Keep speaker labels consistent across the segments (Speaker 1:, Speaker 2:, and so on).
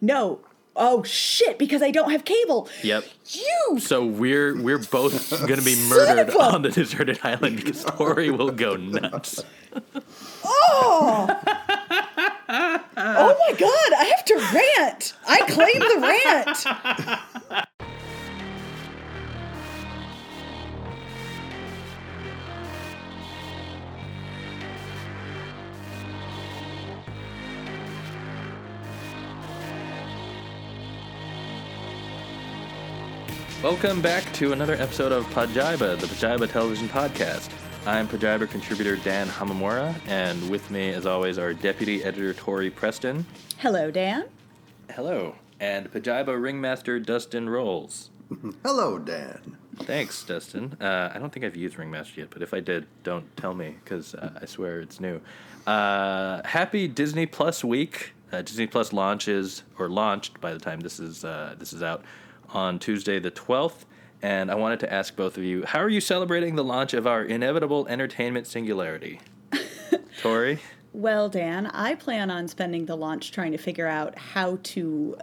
Speaker 1: no, oh shit, because I don't have cable.
Speaker 2: Yep.
Speaker 1: You
Speaker 2: So we're we're both going to be
Speaker 1: Son of
Speaker 2: murdered
Speaker 1: a-
Speaker 2: on the deserted island because Tori will go nuts.
Speaker 1: Oh! oh my god, I have to rant. I claim the rant.
Speaker 2: Welcome back to another episode of Pajiba, the Pajiba Television Podcast. I'm Pajiba contributor Dan Hamamura, and with me, as always, our deputy editor Tori Preston.
Speaker 1: Hello, Dan.
Speaker 2: Hello. And Pajiba ringmaster Dustin Rolls.
Speaker 3: Hello, Dan.
Speaker 2: Thanks, Dustin. Uh, I don't think I've used Ringmaster yet, but if I did, don't tell me because uh, I swear it's new. Uh, happy Disney Plus week! Uh, Disney Plus launches or launched by the time this is uh, this is out on Tuesday the twelfth. And I wanted to ask both of you, how are you celebrating the launch of our inevitable entertainment singularity? Tori,
Speaker 1: Well, Dan, I plan on spending the launch trying to figure out how to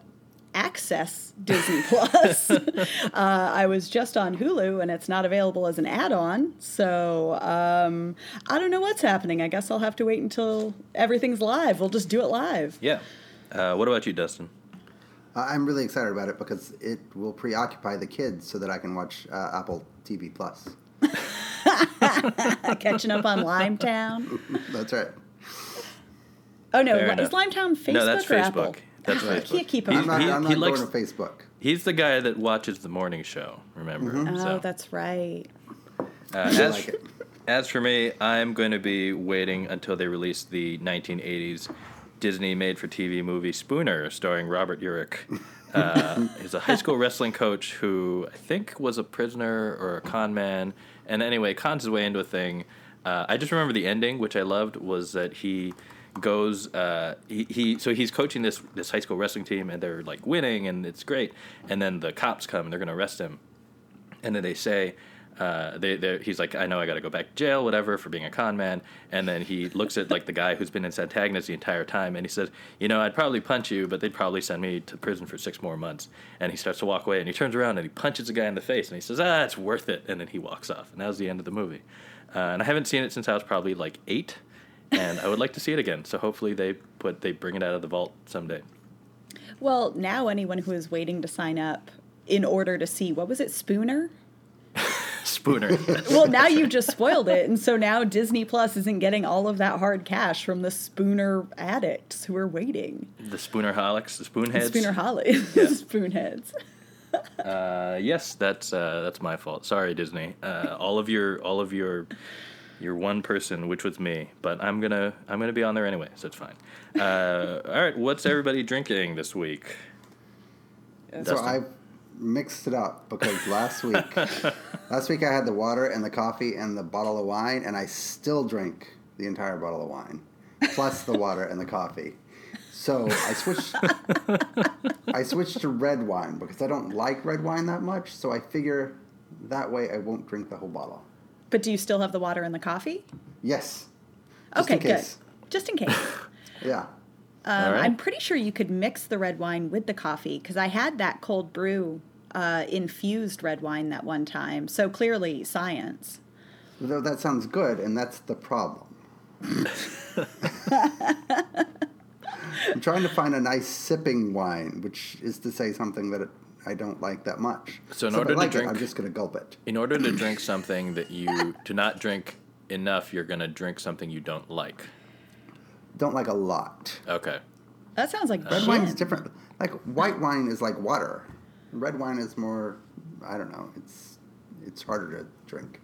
Speaker 1: access Disney Plus. uh, I was just on Hulu and it's not available as an add-on, so um, I don't know what's happening. I guess I'll have to wait until everything's live. We'll just do it live.
Speaker 2: yeah. Uh, what about you, Dustin?
Speaker 3: I- I'm really excited about it because it will preoccupy the kids so that I can watch uh, Apple TV Plus.
Speaker 1: Catching up on Limetown.
Speaker 3: That's right.
Speaker 1: Oh no,
Speaker 2: Fair
Speaker 1: li-
Speaker 2: enough.
Speaker 1: is Limetown Facebook
Speaker 2: no, that's
Speaker 1: or
Speaker 2: Facebook.
Speaker 1: Apple?
Speaker 2: That's
Speaker 1: I
Speaker 2: Facebook.
Speaker 1: can't keep
Speaker 2: He's-
Speaker 1: up.
Speaker 3: I'm not,
Speaker 2: he-
Speaker 3: I'm
Speaker 2: he
Speaker 3: not
Speaker 2: likes-
Speaker 3: going to Facebook.
Speaker 2: He's the guy that watches the morning show. Remember?
Speaker 1: Oh,
Speaker 2: so.
Speaker 1: that's right.
Speaker 2: Uh,
Speaker 3: I
Speaker 2: as,
Speaker 3: like it.
Speaker 2: as for me, I'm going to be waiting until they release the 1980s Disney made for TV movie Spooner, starring Robert Urich. Uh, he's a high school wrestling coach who I think was a prisoner or a con man. And anyway, cons his way into a thing. Uh, I just remember the ending, which I loved, was that he goes uh, he, he so he's coaching this this high school wrestling team and they're like winning and it's great and then the cops come and they're going to arrest him and then they say uh, they, they're- he's like, I know I got to go back to jail, whatever, for being a con man. And then he looks at like the guy who's been his antagonist the entire time, and he says, you know, I'd probably punch you, but they'd probably send me to prison for six more months. And he starts to walk away, and he turns around and he punches the guy in the face, and he says, Ah, it's worth it. And then he walks off, and that was the end of the movie. Uh, and I haven't seen it since I was probably like eight, and I would like to see it again. So hopefully they put they bring it out of the vault someday.
Speaker 1: Well, now anyone who is waiting to sign up in order to see what was it, Spooner?
Speaker 2: Spooner.
Speaker 1: Well, now you just spoiled it, and so now Disney Plus isn't getting all of that hard cash from the Spooner addicts who are waiting.
Speaker 2: the Spooner Holics, the Spoonheads.
Speaker 1: Spooner Holly, Spoonheads.
Speaker 2: Uh, yes, that's uh, that's my fault. Sorry, Disney. Uh, all of your all of your your one person, which was me, but I'm gonna I'm gonna be on there anyway, so it's fine. Uh, all right, what's everybody drinking this week?
Speaker 3: So
Speaker 2: Dustin.
Speaker 3: I mixed it up because last week, last week I had the water and the coffee and the bottle of wine, and I still drank the entire bottle of wine, plus the water and the coffee. So I switched. I switched to red wine because I don't like red wine that much. So I figure that way I won't drink the whole bottle.
Speaker 1: But do you still have the water and the coffee?
Speaker 3: Yes. Just
Speaker 1: Okay,
Speaker 3: in case.
Speaker 1: good. Just in case.
Speaker 3: Yeah.
Speaker 2: all
Speaker 1: Um,
Speaker 2: right.
Speaker 1: I'm pretty sure you could mix the red wine with the coffee because I had that cold brew uh, infused red wine that one time. So clearly, science.
Speaker 3: Though that sounds good, and that's the problem. I'm trying to find a nice sipping wine, which is to say something that it, I don't like that much.
Speaker 2: So in
Speaker 3: if I
Speaker 2: order to
Speaker 3: like it,
Speaker 2: drink-
Speaker 3: I'm just going to gulp it.
Speaker 2: In order to drink something that you to not drink enough, you're gonna drink something you don't like.
Speaker 3: Don't like a lot.
Speaker 2: Okay.
Speaker 1: That sounds like
Speaker 3: Red
Speaker 1: gin.
Speaker 3: wine is different. Like white wine is like water. Red wine is more. I don't know. It's it's harder to drink.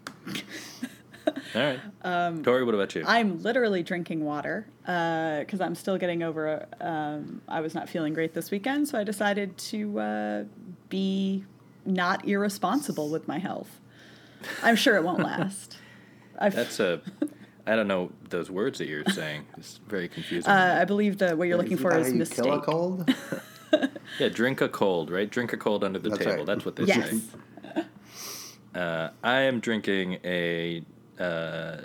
Speaker 2: All right. Um, Tori, what about you?
Speaker 1: I'm literally drinking water because I'm still getting over. Um, I was not feeling great this weekend, so I decided to uh, be not irresponsible with my health. I'm sure it won't last. I've,
Speaker 2: that's a I don't know those words that you're saying. It's very confusing.
Speaker 1: uh, I believe the what you're looking
Speaker 3: Isn't
Speaker 1: for
Speaker 3: that
Speaker 1: is
Speaker 3: how you
Speaker 1: mistake.
Speaker 3: kill a cold?
Speaker 2: yeah, drink a cold, right? Drink a cold under the
Speaker 3: That's
Speaker 2: table.
Speaker 3: right.
Speaker 2: That's what they
Speaker 1: Yes.
Speaker 2: say. Uh, I am drinking a uh,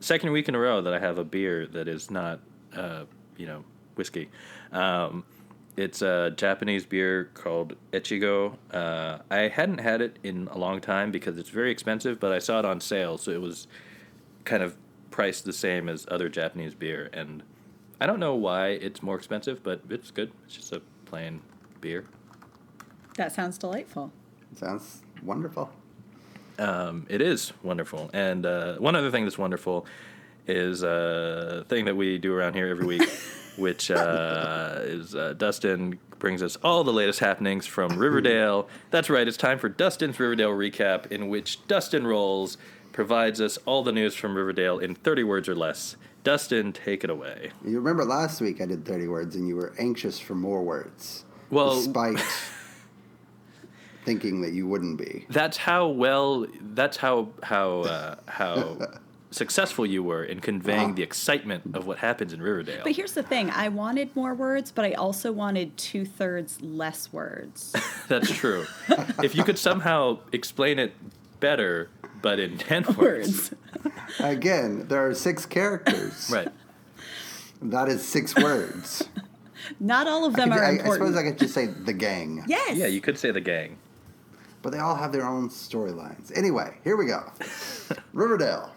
Speaker 2: second week in a row that I have a beer that is not, uh, you know, whiskey. Um, It's a Japanese beer called Echigo. Uh, I hadn't had it in a long time because it's very expensive, but I saw it on sale, so it was kind of priced the same as other Japanese beer. And I don't know why it's more expensive, but it's good. It's just a plain beer.
Speaker 1: That sounds delightful.
Speaker 3: Sounds wonderful.
Speaker 2: Um, it is wonderful. And uh, one other thing that's wonderful is uh, a thing that we do around here every week, which uh, is uh, Dustin brings us all the latest happenings from Riverdale. That's right, it's time for Dustin's Riverdale recap, in which Dustin Rolls provides us all the news from Riverdale in 30 words or less. Dustin, take it away.
Speaker 3: You remember last week I did 30 words and you were anxious for more words.
Speaker 2: Well-
Speaker 3: despite thinking that you wouldn't be.
Speaker 2: That's how well. That's how how uh, how successful you were in conveying the excitement of what happens in Riverdale.
Speaker 1: But here's the thing I wanted more words, but I also wanted two thirds less words.
Speaker 2: That's true. if you could somehow explain it better, but in 10 words.
Speaker 1: words.
Speaker 3: Again, there are six characters.
Speaker 2: Right.
Speaker 3: That is six words.
Speaker 1: Not all of them are
Speaker 3: I, I
Speaker 1: important.
Speaker 3: suppose I could just say the gang.
Speaker 1: yes.
Speaker 2: Yeah, you could say the gang.
Speaker 3: But they all have their own storylines. Anyway, here we go. Riverdale.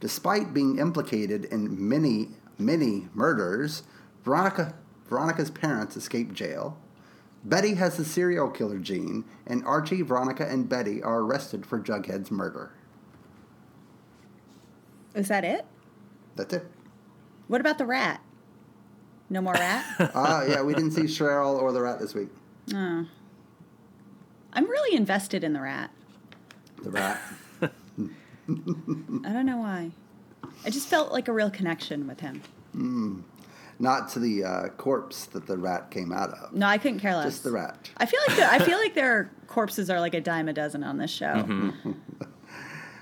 Speaker 3: Despite being implicated in many, many murders, Veronica, Veronica's parents escape jail. Betty has the serial killer gene, and Archie, Veronica, and Betty are arrested for Jughead's murder.
Speaker 1: Is that it?
Speaker 3: That's it.
Speaker 1: What about the rat? No more rat?
Speaker 3: Ah, yeah, we didn't see Cheryl or the rat this week.
Speaker 1: oh. I'm really invested in the rat.
Speaker 3: The rat.
Speaker 1: I don't know why. I just felt like a real connection with him.
Speaker 3: Not to the uh, corpse that the rat came out of.
Speaker 1: No, I couldn't care less.
Speaker 3: Just the rat.
Speaker 1: I feel like the, I feel like their corpses are like a dime a dozen on this show.
Speaker 3: Mm-hmm.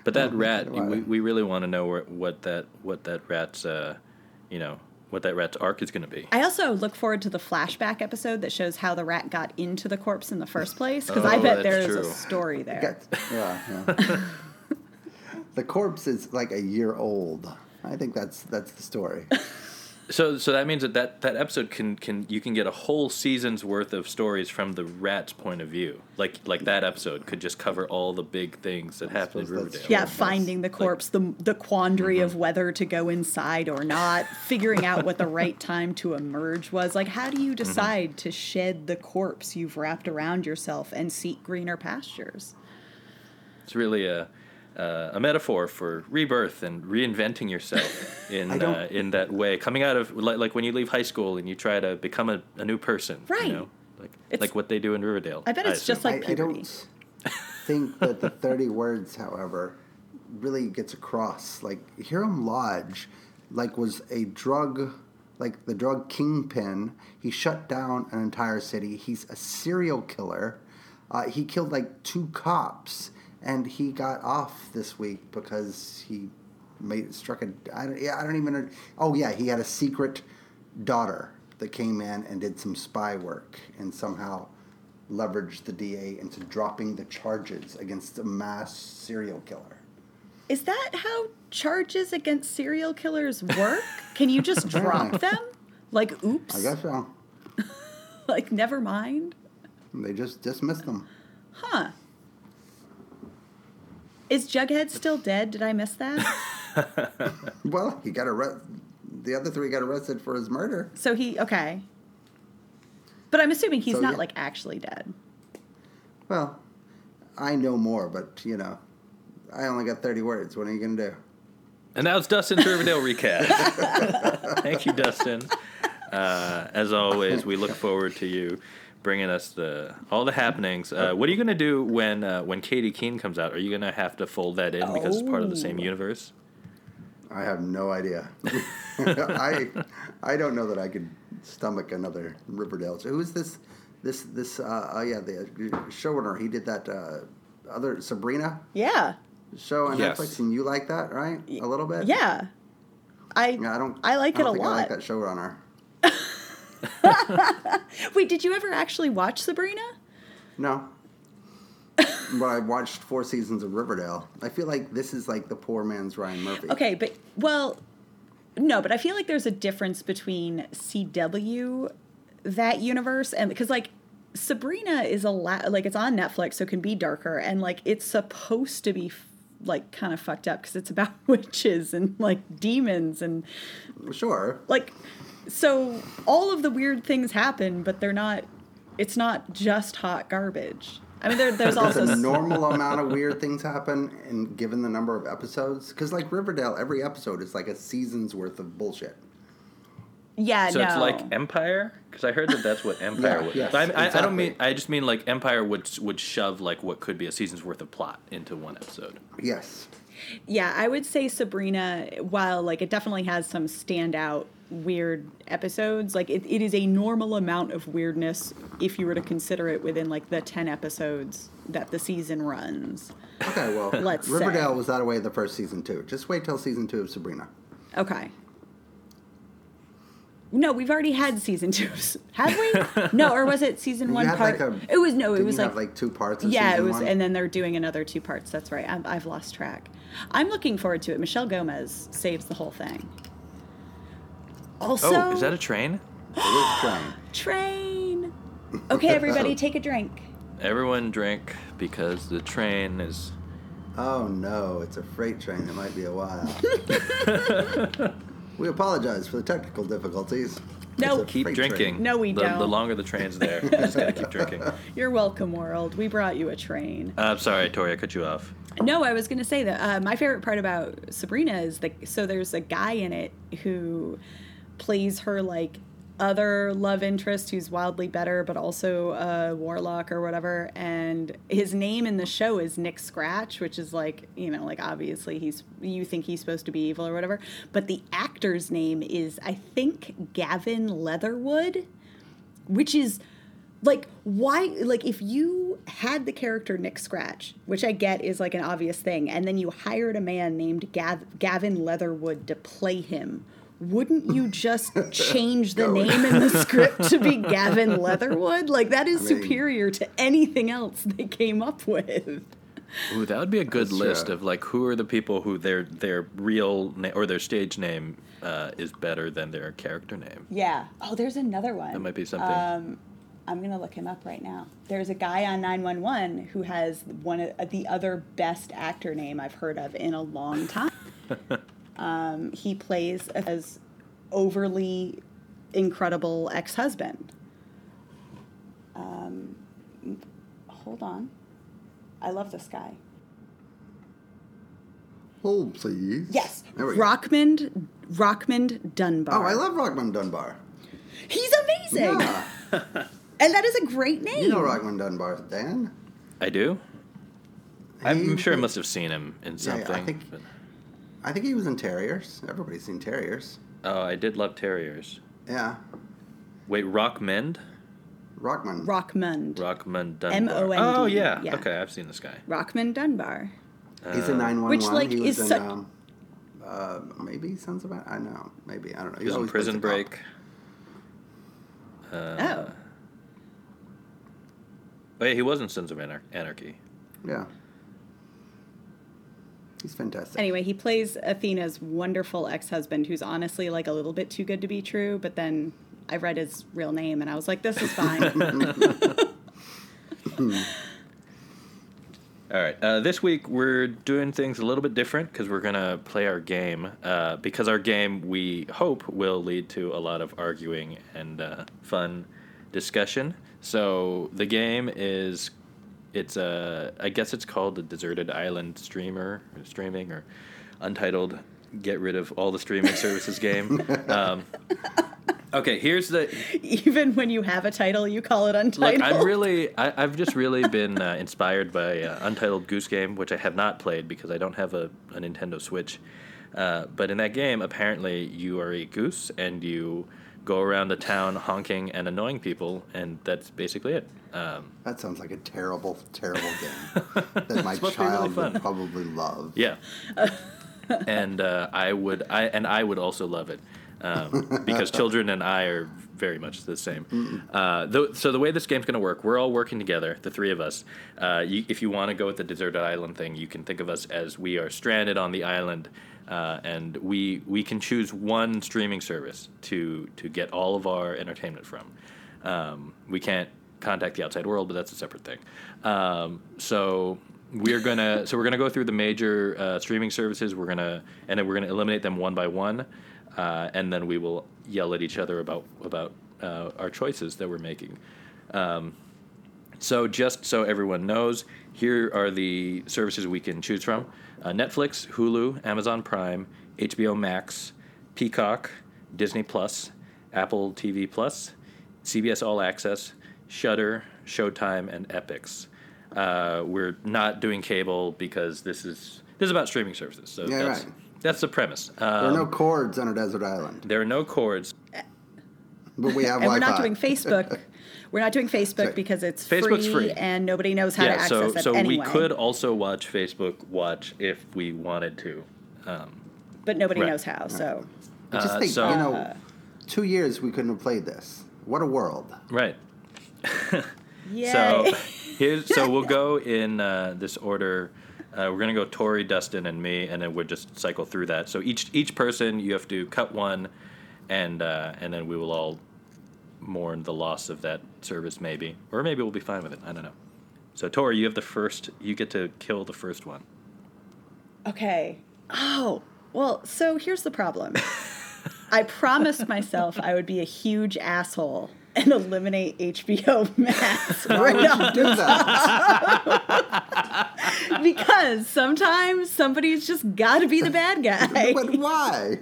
Speaker 2: But that rat,
Speaker 3: Oh, why.
Speaker 2: we, we really want to know where, what that what that rat's uh, you know, what that rat's arc is going to be.
Speaker 1: I also look forward to the flashback episode that shows how the rat got into the corpse in the first place because I
Speaker 2: Oh,
Speaker 1: bet
Speaker 2: that's
Speaker 1: there is a
Speaker 2: true.
Speaker 1: story there.
Speaker 3: Got- yeah, yeah. the corpse is like a year old. I think that's that's the story.
Speaker 2: So so that means that, that that episode can can you can get a whole season's worth of stories from the rat's point of view. Like like that episode could just cover all the big things that happen in
Speaker 3: suppose that's
Speaker 2: Riverdale.
Speaker 3: true.
Speaker 1: yeah, finding the corpse, the the quandary
Speaker 3: Mm-hmm.
Speaker 1: of whether to go inside or not, figuring out what the right time to emerge was. Like, how do you
Speaker 3: Mm-hmm.
Speaker 1: decide to shed the corpse you've wrapped around yourself and seek greener pastures?
Speaker 2: It's really a uh, a metaphor for rebirth and reinventing yourself in
Speaker 3: I don't-
Speaker 2: uh, in that way. Coming out of like, like when you leave high school and you try to become a, a new person, you
Speaker 1: Right.
Speaker 2: know? Like
Speaker 1: It's-
Speaker 2: like what they do in Riverdale.
Speaker 1: I bet it's just
Speaker 2: assume.
Speaker 1: like
Speaker 3: I, I
Speaker 1: puberty.
Speaker 3: don't think that the 30 words, however, really gets across. Like Hiram Lodge, like was a drug, like the drug kingpin. He shut down an entire city. He's a serial killer. Uh, he killed like two cops, and he got off this week because he made struck a. I don't, yeah, I don't even. know- Oh yeah, he had a secret daughter that came in and did some spy work and somehow leveraged the DA into dropping the charges against a mass serial killer.
Speaker 1: Is that how charges against serial killers work? Can you just drop them? Like, oops.
Speaker 3: I guess so.
Speaker 1: Like, never mind.
Speaker 3: They just dismissed them.
Speaker 1: Huh. Is Jughead still dead? Did I miss that?
Speaker 3: Well, he got arrested. The other three got arrested for his murder.
Speaker 1: so he, okay. But I'm assuming he's
Speaker 3: So,
Speaker 1: not
Speaker 3: yeah.
Speaker 1: like actually dead.
Speaker 3: Well, I know more, but you know, I only got 30 words. What are you going to do?
Speaker 2: And now it's Dustin's Riverdale recap. Thank you, Dustin. Uh, as always, we look forward to you bringing us the all the happenings. Uh, what are you going to do when uh, when Katie Keene comes out? Are you going to have to fold that in because it's part of the same
Speaker 1: Oh.
Speaker 2: universe?
Speaker 3: I have no idea. I I don't know that I could stomach another Riverdale. So who's this? This this uh, oh yeah the showrunner. He did that uh, other Sabrina
Speaker 1: Yeah.
Speaker 3: show on
Speaker 2: Yes.
Speaker 3: Netflix, and you like that, right? A little bit.
Speaker 1: Yeah. I,
Speaker 3: Yeah, I don't.
Speaker 1: I like
Speaker 3: I
Speaker 1: it
Speaker 3: don't
Speaker 1: a
Speaker 3: think I like
Speaker 1: lot.
Speaker 3: that showrunner.
Speaker 1: Wait, did you ever actually watch Sabrina?
Speaker 3: No. but I watched four seasons of Riverdale. I feel like this is like the poor man's Ryan Murphy.
Speaker 1: Okay, but well, no, but I feel like there's a difference between CW that universe and because like Sabrina is a lot like it's on Netflix, so it can be darker, and like it's supposed to be f- like kind of fucked up because it's about witches and like demons and
Speaker 3: Sure.
Speaker 1: like so all of the weird things happen, but they're not. It's not just hot garbage. I mean, there, there's
Speaker 3: There's
Speaker 1: also
Speaker 3: a normal amount of weird things happen, and given the number of episodes, because like Riverdale, every episode is like a season's worth of bullshit.
Speaker 1: yeah,
Speaker 2: So
Speaker 1: no.
Speaker 2: it's like Empire, because I heard that that's what Empire
Speaker 3: Yeah,
Speaker 2: would.
Speaker 3: yes,
Speaker 2: so I, I, I don't
Speaker 3: exactly.
Speaker 2: mean. I just mean like Empire would would shove like what could be a season's worth of plot into one episode.
Speaker 3: Yes.
Speaker 1: Yeah, I would say Sabrina, while like it definitely has some standout weird episodes, like it, it is a normal amount of weirdness if you were to consider it within like the 10 episodes that the season runs.
Speaker 3: Okay, well,
Speaker 1: Let's
Speaker 3: Riverdale
Speaker 1: say.
Speaker 3: was that way the first season too. Just wait till season two of Sabrina.
Speaker 1: Okay. No, we've already had season two. Have we? No, or was it season
Speaker 3: You
Speaker 1: one
Speaker 3: had,
Speaker 1: part?
Speaker 3: like, a-
Speaker 1: it was no, it
Speaker 3: Didn't
Speaker 1: was
Speaker 3: you
Speaker 1: like,
Speaker 3: have like two parts. Of
Speaker 1: yeah, it
Speaker 3: season
Speaker 1: was,
Speaker 3: one?
Speaker 1: and then they're doing another two parts. That's right. I've, I've lost track. I'm looking forward to it. Michelle Gomez saves the whole thing. Also,
Speaker 2: oh, is that a train?
Speaker 3: it is trying.
Speaker 1: train? Okay, everybody, take a drink.
Speaker 2: Everyone drink because the train is.
Speaker 3: Oh no, it's a freight train. It might be a while. we apologize for the technical difficulties.
Speaker 1: No.
Speaker 3: It's a
Speaker 2: Keep
Speaker 3: freight train.
Speaker 2: drinking.
Speaker 1: No, we
Speaker 2: the, The
Speaker 1: don't.
Speaker 2: longer the train's there, you just gotta keep drinking. Uh,
Speaker 1: You're welcome, world. We brought you a train.
Speaker 2: I'm sorry, Tori, I cut you off.
Speaker 1: No, I was going to say that uh, my favorite part about Sabrina is like so there's a guy in it who plays her like other love interest who's wildly better but also a warlock or whatever and his name in the show is Nick Scratch which is like you know like obviously he's you think he's supposed to be evil or whatever but the actor's name is I think Gavin Leatherwood which is like why like if you had the character nick scratch which i get is like an obvious thing and then you hired a man named Gav- gavin leatherwood to play him wouldn't you just change the name in the script to be gavin leatherwood like that is
Speaker 3: I mean-
Speaker 1: superior to anything else they came up with
Speaker 2: Ooh, that would be a good
Speaker 3: That's
Speaker 2: list
Speaker 3: true.
Speaker 2: of like who are the people who their their real na- or their stage name uh, is better than their character name.
Speaker 1: yeah oh there's another one
Speaker 2: That might be something.
Speaker 1: I'm gonna look him up right now. There's a guy on 911 who has one of the other best actor name I've heard of in a long time. um, he plays as overly incredible ex-husband. Um, hold on, I love this guy.
Speaker 3: Hold please.
Speaker 1: Yes,
Speaker 3: There we go.
Speaker 1: Rockmond Rockmond Dunbar.
Speaker 3: Oh, I love Rockman Dunbar.
Speaker 1: He's amazing,
Speaker 3: Yeah.
Speaker 1: and that is a great name.
Speaker 3: You know Rockman Dunbar, Dan.
Speaker 2: I do.
Speaker 3: He-
Speaker 2: I'm sure I must have seen him in
Speaker 3: Yeah, yeah, I
Speaker 2: something.
Speaker 3: think-
Speaker 2: but-
Speaker 3: I think he was in Terriers. Everybody's seen Terriers.
Speaker 2: oh, I did love terriers.
Speaker 3: Yeah.
Speaker 2: Wait, Rockmend?
Speaker 3: Rockman.
Speaker 1: Rockmond.
Speaker 2: Rockmund Dunbar.
Speaker 1: M.O.N.D.,
Speaker 2: Oh yeah.
Speaker 1: yeah.
Speaker 2: Okay, I've seen this guy. Um,
Speaker 1: Rockman Dunbar.
Speaker 3: He's
Speaker 2: Uh,
Speaker 3: in 911.
Speaker 1: Which, like,
Speaker 3: he was
Speaker 1: is
Speaker 3: in,
Speaker 1: such-
Speaker 3: um, uh, maybe Sons of Anarchy? I know. Maybe. I don't know.
Speaker 2: He was in
Speaker 3: always
Speaker 2: Prison
Speaker 3: plays a cop.
Speaker 2: Break.
Speaker 1: Oh.
Speaker 2: Wait, oh, he was in Sons of Anar- Anarchy.
Speaker 3: Yeah. He's fantastic.
Speaker 1: Anyway, he plays Athena's wonderful ex husband, who's honestly like a little bit too good to be true. But then I read his real name and I was like, this is fine.
Speaker 2: All right. Uh, this week we're doing things a little bit different because we're gonna play our game. Uh, because our game, we hope, will lead to a lot of arguing and uh, fun discussion. So the game is, it's uh, I guess it's called the Deserted Island Streamer or streaming or Untitled. Get rid of all the streaming services game. Um, okay, here's the
Speaker 1: Even when you have a title, you call it untitled.
Speaker 2: Look, I'm really, I, I've just really been uh, inspired by uh, Untitled Goose Game, which I have not played because I don't have a, a Nintendo Switch. Uh, but in that game, apparently you are a goose and you go around the town honking and annoying people, and that's basically it. Um,
Speaker 3: That sounds like a terrible, terrible game that my
Speaker 2: supposed to be really
Speaker 3: child
Speaker 2: fun.
Speaker 3: would probably love.
Speaker 2: yeah, and uh, I would, I and I would also love it. um, because children and I are very much the same. Uh, tho- so the way this game's going to work, we're all working together, the three of us. Uh, you, if you want to go with the deserted island thing, you can think of us as we are stranded on the island, uh, and we we can choose one streaming service to to get all of our entertainment from. Um, we can't contact the outside world, but that's a separate thing. Um, so we're gonna so we're gonna go through the major uh, streaming services. We're gonna and then we're gonna eliminate them one by one, uh, and then we will yell at each other about about uh, our choices that we're making. Um, so just so everyone knows, here are the services we can choose from: uh, Netflix, Hulu, Amazon Prime, HBO Max, Peacock, Disney Plus, Apple TV Plus, CBS All Access, Shudder, Showtime, and Epix. Uh, we're not doing cable because this is this is about streaming services. So
Speaker 3: Yeah,
Speaker 2: that's
Speaker 3: right.
Speaker 2: that's the premise.
Speaker 3: There
Speaker 2: Um,
Speaker 3: are no cords on a desert island,
Speaker 2: there are no cords.
Speaker 3: but we have
Speaker 1: and we're
Speaker 3: Wi-Fi.
Speaker 1: not doing Facebook. we're not doing Facebook because it's
Speaker 2: Facebook's
Speaker 1: free,
Speaker 2: free.
Speaker 1: and nobody knows how to
Speaker 2: yeah,
Speaker 1: access
Speaker 2: so
Speaker 1: it
Speaker 2: so
Speaker 1: anyway.
Speaker 2: we could also watch Facebook Watch if we wanted to.
Speaker 1: but nobody
Speaker 2: Right.
Speaker 1: knows how. So
Speaker 3: I just
Speaker 2: Uh,
Speaker 3: think,
Speaker 2: so-
Speaker 3: you know, two years we couldn't have played this. What a world.
Speaker 2: Right.
Speaker 1: yeah,
Speaker 2: So here's so we'll go in uh, this order. Uh, we're gonna go Tori, Dustin, and me, and then we'll just cycle through that. So each each person you have to cut one, and uh, and then we will all mourn the loss of that service, maybe, or maybe we'll be fine with it. I don't know. So Tori, you have the first. You get to kill the first one.
Speaker 1: okay. Oh well. So here's the problem. I promised myself I would be a huge asshole and eliminate HBO Max
Speaker 3: Why
Speaker 1: right
Speaker 3: would you
Speaker 1: off
Speaker 3: do that?
Speaker 1: because sometimes somebody's just got to be the bad guy.
Speaker 3: but why?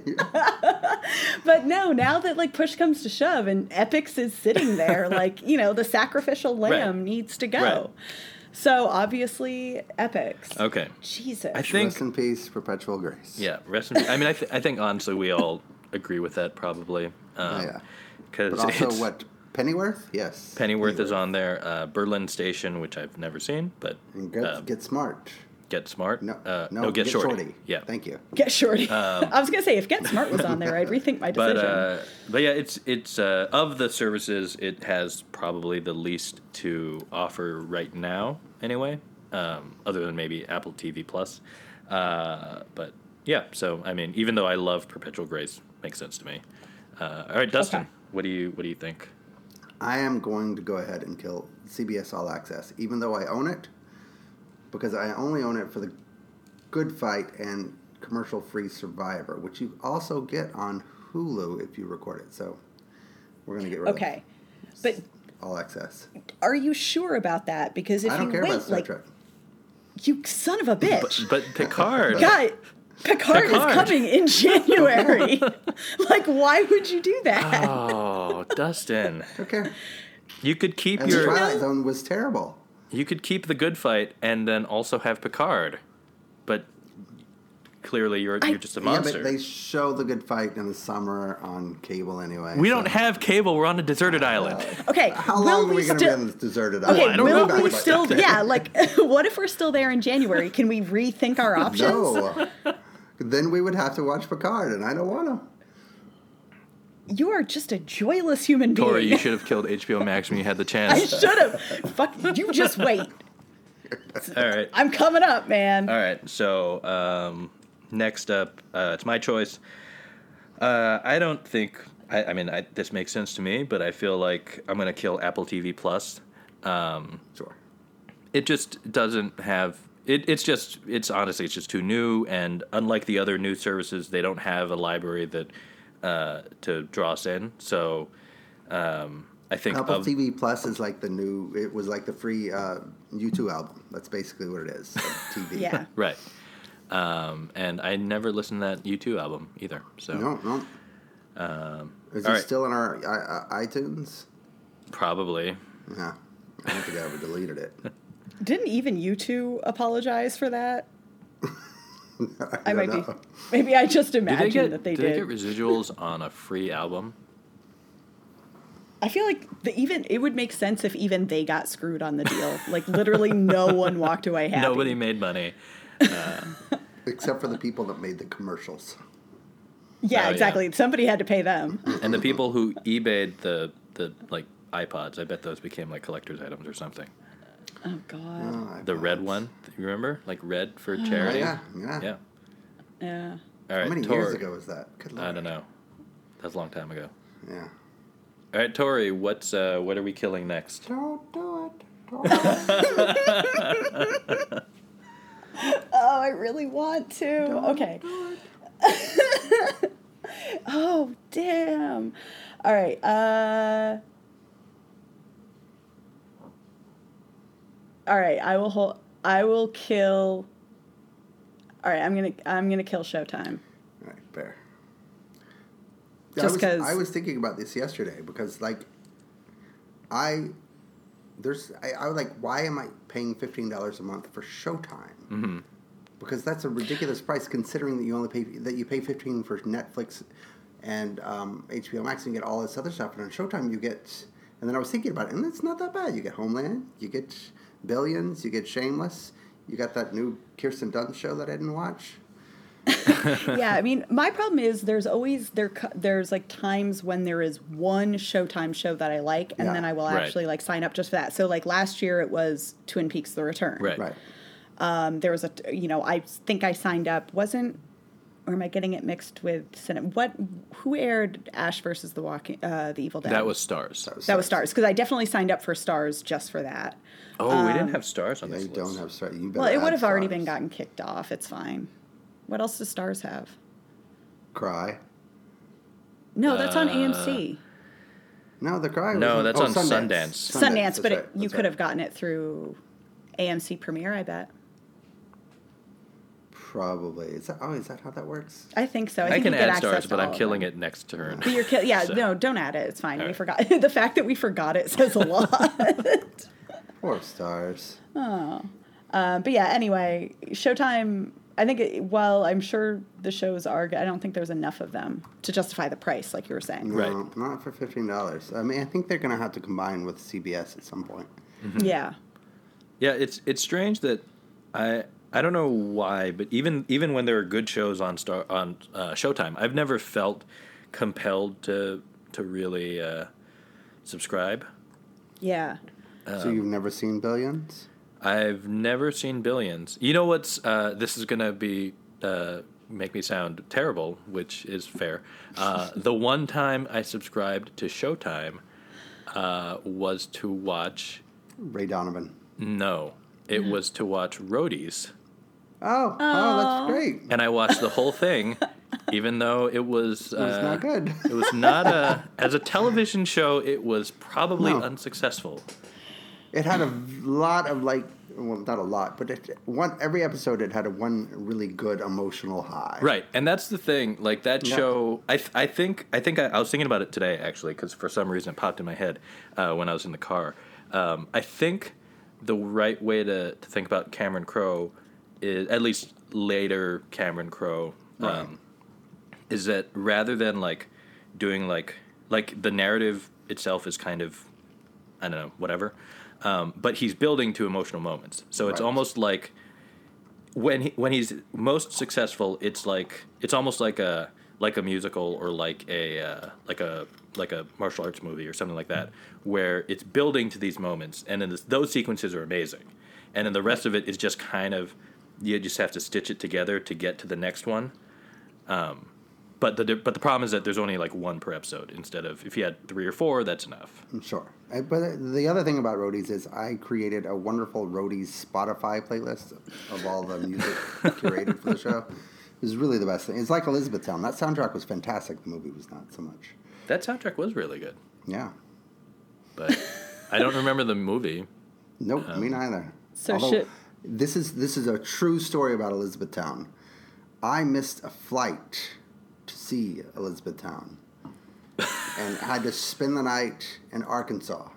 Speaker 1: But no, now that like push comes to shove and Epix is sitting there, like, you know, the sacrificial lamb
Speaker 2: Right.
Speaker 1: needs to go.
Speaker 2: Right.
Speaker 1: So obviously, Epix.
Speaker 2: Okay.
Speaker 1: Jesus.
Speaker 2: I think
Speaker 3: Rest in peace, perpetual grace.
Speaker 2: yeah. Rest. In, I mean, I, th- I think honestly we all agree with that probably. Um,
Speaker 3: yeah.
Speaker 2: Because
Speaker 3: But also, what? Pennyworth? Yes.
Speaker 2: Pennyworth is on there. Uh, Berlin Station, which I've never seen, but
Speaker 3: And Get,
Speaker 2: uh,
Speaker 3: get smart.
Speaker 2: Get Smart.
Speaker 3: No,
Speaker 2: uh,
Speaker 3: no,
Speaker 2: Get, shorty. Yeah,
Speaker 3: Thank you.
Speaker 1: Get Shorty. I was going to say, if Get Smart was on there, I'd rethink my
Speaker 2: um, But
Speaker 1: decision.
Speaker 2: uh, but yeah, it's it's uh, of the services, it has probably the least to offer right now. Anyway, um, other than maybe Apple TV Plus. Uh, but yeah, so I mean, even though I love Perpetual Grace, makes sense to me. Uh, all right, Dustin,
Speaker 1: Okay.
Speaker 2: what do you what do you think?
Speaker 3: I am going to go ahead and kill CBS All Access, even though I own it, because I only own it for the Good Fight and commercial free Survivor, which you also get on Hulu if you record it. So we're going to get rid
Speaker 1: okay. But
Speaker 3: of All Access.
Speaker 1: are you sure about that? Because if
Speaker 3: I don't
Speaker 1: you
Speaker 3: care
Speaker 1: wait,
Speaker 3: about Star
Speaker 1: like,
Speaker 3: Trek.
Speaker 1: you son of a bitch.
Speaker 2: But, but Picard.
Speaker 1: God, Picard,
Speaker 2: Picard.
Speaker 1: is coming in January. like, why would you do that?
Speaker 2: Oh, Dustin.
Speaker 3: Okay.
Speaker 2: You could keep
Speaker 3: And the
Speaker 2: your
Speaker 3: Twilight Zone was terrible.
Speaker 2: you could keep the good fight and then also have Picard, but clearly you're
Speaker 1: I-
Speaker 2: you're just a
Speaker 3: Yeah,
Speaker 2: monster.
Speaker 3: but they show the Good Fight in the summer on cable anyway.
Speaker 2: we
Speaker 3: so-
Speaker 2: don't have cable. We're on a deserted island.
Speaker 1: Okay.
Speaker 3: How
Speaker 1: will
Speaker 3: long are
Speaker 1: we
Speaker 3: we going to
Speaker 1: still-
Speaker 3: be on this deserted
Speaker 1: Okay,
Speaker 3: island?
Speaker 2: I don't
Speaker 1: will
Speaker 2: know.
Speaker 1: we
Speaker 2: Like
Speaker 1: still? Yeah, like, what if we're still there in January? Can we rethink our options?
Speaker 3: No. then we would have to watch Picard, and I don't want to.
Speaker 1: You are just a joyless human being.
Speaker 2: Tori, you should have killed HBO Max when you had the
Speaker 1: I
Speaker 2: chance.
Speaker 1: should have. Fuck, you just wait.
Speaker 2: All right.
Speaker 1: I'm coming up, man.
Speaker 2: All right. So um, next up, uh, it's my choice. Uh, I don't think. I, I mean, I, this makes sense to me, but I feel like I'm gonna kill Apple TV Plus. Um,
Speaker 3: Sure.
Speaker 2: it just doesn't have it, it's just it's honestly it's just too new and unlike the other new services they don't have a library that uh, to draw us in so um, i think
Speaker 3: Apple
Speaker 2: of,
Speaker 3: TV Plus is like the new. It was like the free uh, U2 album. That's basically what it is. of TV.
Speaker 1: Yeah.
Speaker 2: right um, and i never listened to that u2 album either so
Speaker 3: No, no. is it
Speaker 2: Um, all right.
Speaker 3: still in our I, I, iTunes?
Speaker 2: probably
Speaker 3: Yeah. I don't think I ever deleted it.
Speaker 1: Didn't even you two apologize for that? I,
Speaker 3: don't
Speaker 1: might be.
Speaker 3: know.
Speaker 1: Maybe I just
Speaker 2: did they
Speaker 1: imagined
Speaker 2: get,
Speaker 1: that they
Speaker 2: did
Speaker 1: did.
Speaker 2: they get residuals on a free album
Speaker 1: I feel like the, even it would make sense if even they got screwed on the deal. like literally, no one walked away happy.
Speaker 2: nobody made money
Speaker 3: Except for the people that made the commercials.
Speaker 1: Yeah,
Speaker 2: Oh, yeah.
Speaker 1: exactly. Somebody had to pay them.
Speaker 2: and the people who ebayed the the like ipods i bet those became like collectors items or something
Speaker 1: Oh God.
Speaker 3: Oh, I
Speaker 2: the red one
Speaker 3: apologize.
Speaker 2: you remember like red for charity
Speaker 3: Oh, Yeah, yeah.
Speaker 2: Yeah.
Speaker 1: Yeah.
Speaker 2: All right.
Speaker 3: How many
Speaker 2: Tor-
Speaker 3: years ago was that? Good
Speaker 2: I
Speaker 3: lord.
Speaker 2: don't know. That's a long time ago.
Speaker 3: Yeah.
Speaker 2: All right, Tori, what's uh, what are we killing next?
Speaker 3: Don't do it. Don't do it.
Speaker 1: Oh, I really want to. okay. oh, damn. All right. Uh All right, I will hold I will kill All right, I'm going to I'm going to kill Showtime.
Speaker 3: All right, fair. I
Speaker 1: Just
Speaker 3: was-
Speaker 1: 'cause-
Speaker 3: I was thinking about this yesterday because like I there's I, I was like why am I paying fifteen dollars a month for Showtime? Mm-hmm. Because that's a ridiculous price considering that you only pay that you pay fifteen for Netflix and um, HBO Max and you get all this other stuff and on Showtime you get and then I was thinking about it and it's not that bad. You get Homeland, you get Billions, you get Shameless, you got that new Kirsten Dunst show that I didn't watch.
Speaker 1: yeah, I mean, my problem is there's always there co- there's like times when there is one Showtime show that I like, and
Speaker 3: Yeah.
Speaker 1: then I will
Speaker 2: Right.
Speaker 1: actually like sign up just for that. So like last year it was Twin Peaks: The Return.
Speaker 2: Right.
Speaker 3: Right.
Speaker 1: Um, there was a t- you know I think I signed up wasn't or am I getting it mixed with cinema? What who aired Ash versus the Walking uh, the Evil Dead?
Speaker 2: That was stars.
Speaker 1: that was Stars because I definitely signed up for Stars just for that.
Speaker 2: Oh, we didn't have stars on
Speaker 3: Um, Yeah,
Speaker 2: this
Speaker 3: you
Speaker 2: list.
Speaker 3: don't have straight. You
Speaker 1: Well,
Speaker 3: better
Speaker 1: it would
Speaker 3: add
Speaker 1: have already been
Speaker 3: stars.
Speaker 1: gotten kicked off. It's fine. What else does Stars have?
Speaker 3: Cry.
Speaker 1: No, that's
Speaker 2: Uh,
Speaker 1: on AMC.
Speaker 3: No, the cry.
Speaker 2: No,
Speaker 3: was oh,
Speaker 2: that's on Sundance.
Speaker 1: Sundance, but
Speaker 3: that's
Speaker 1: it,
Speaker 3: right,
Speaker 1: you
Speaker 3: that's
Speaker 1: could
Speaker 3: right.
Speaker 1: have gotten it through AMC Premiere, I bet.
Speaker 3: probably. Is that, oh, is that how that works?
Speaker 1: I think so. I,
Speaker 2: I
Speaker 1: think
Speaker 2: can
Speaker 1: you get
Speaker 2: add
Speaker 1: access
Speaker 2: stars,
Speaker 1: to
Speaker 2: but
Speaker 1: all
Speaker 2: I'm
Speaker 1: of
Speaker 2: killing
Speaker 1: them.
Speaker 2: it next turn.
Speaker 1: But you're kill- yeah,
Speaker 2: So-
Speaker 1: no, don't add it. It's fine. we
Speaker 2: right.
Speaker 1: forgot. the fact that we forgot it says a lot.
Speaker 3: Four stars.
Speaker 1: um, but yeah, anyway, Showtime. I think it, while I'm sure the shows are, good, I don't think there's enough of them to justify the price, like you were saying.
Speaker 3: No,
Speaker 2: Right.
Speaker 3: Not for fifteen dollars. I mean, I think they're gonna have to combine with CBS at some point.
Speaker 1: Yeah.
Speaker 2: Yeah, it's it's strange that I I don't know why, but even even when there are good shows on Star on uh, Showtime, I've never felt compelled to to really uh, subscribe.
Speaker 1: Yeah.
Speaker 3: so
Speaker 2: Um,
Speaker 3: you've never seen Billions?
Speaker 2: I've never seen Billions. You know what's? Uh, this is gonna be uh, make me sound terrible, which is fair. Uh, the one time I subscribed to Showtime uh, was to watch.
Speaker 3: Ray Donovan.
Speaker 2: No,
Speaker 3: Mm.
Speaker 2: it was to watch Roadies.
Speaker 3: Oh, oh, that's great.
Speaker 2: and I watched the whole thing, even though it was uh,
Speaker 3: It's not good.
Speaker 2: It was not a as a television show. It was probably
Speaker 3: No.
Speaker 2: unsuccessful.
Speaker 3: It had a lot of like, well, not a lot, but it, one every episode it had a one really good emotional high.
Speaker 2: Right, and that's the thing. Like that
Speaker 3: Yeah.
Speaker 2: show, I th- I think I think I, I was thinking about it today actually because for some reason it popped in my head uh, when I was in the car. Um, I think the right way to, to think about Cameron Crowe is at least later Cameron Crowe. Um, is that rather than like doing like like the narrative itself is kind of I don't know whatever, um, but he's building to emotional moments. So it's
Speaker 3: Right.
Speaker 2: almost like when he, when he's most successful, it's like it's almost like a like a musical or like a uh, like a like a martial arts movie or something like that, where it's building to these moments, and then this, those sequences are amazing, and then the rest of it is just kind of you just have to stitch it together to get to the next one. Um, but the but the problem is that there's only like one per episode instead of if you had three or four, that's enough.
Speaker 3: Sure. Uh, But the other thing about roadies is I created a wonderful roadies Spotify playlist of all the music curated for the show. It was really the best thing. It's like Elizabethtown. That soundtrack was fantastic. The movie was not so much.
Speaker 2: That soundtrack was really good,
Speaker 3: Yeah.
Speaker 2: but I don't remember the movie.
Speaker 3: Nope, me neither.
Speaker 1: So shit-
Speaker 3: This is this is a true story about Elizabethtown. I missed a flight to see Elizabethtown, and had to spend the night in Arkansas.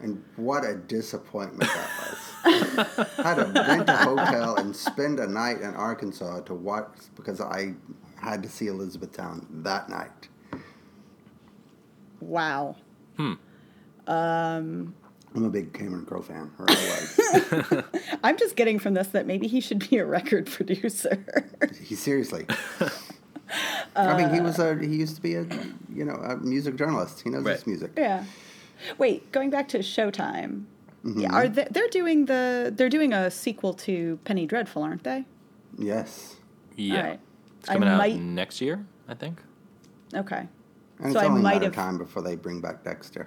Speaker 3: And what a disappointment that was! had to rent a hotel and spend a night in Arkansas to watch because I had to see Elizabethtown that night.
Speaker 1: Wow.
Speaker 3: I'm a big Cameron Crowe fan, or I was.
Speaker 1: I'm just getting from this that maybe he should be a record producer.
Speaker 3: He seriously. I mean, he was a he used to be a you know a music journalist. He knows
Speaker 2: Right.
Speaker 3: his music.
Speaker 1: Yeah. Wait, going back to Showtime.
Speaker 3: Mm-hmm.
Speaker 1: Yeah, are they, they're doing the they're doing a sequel to Penny Dreadful, aren't they?
Speaker 3: Yes,
Speaker 2: Yeah,
Speaker 1: All right.
Speaker 2: it's coming
Speaker 1: I
Speaker 2: out
Speaker 1: might
Speaker 2: next year, I think.
Speaker 1: Okay.
Speaker 3: And
Speaker 1: So
Speaker 3: it's
Speaker 1: I
Speaker 3: only a
Speaker 1: might
Speaker 3: matter
Speaker 1: have-
Speaker 3: of time before they bring back Dexter.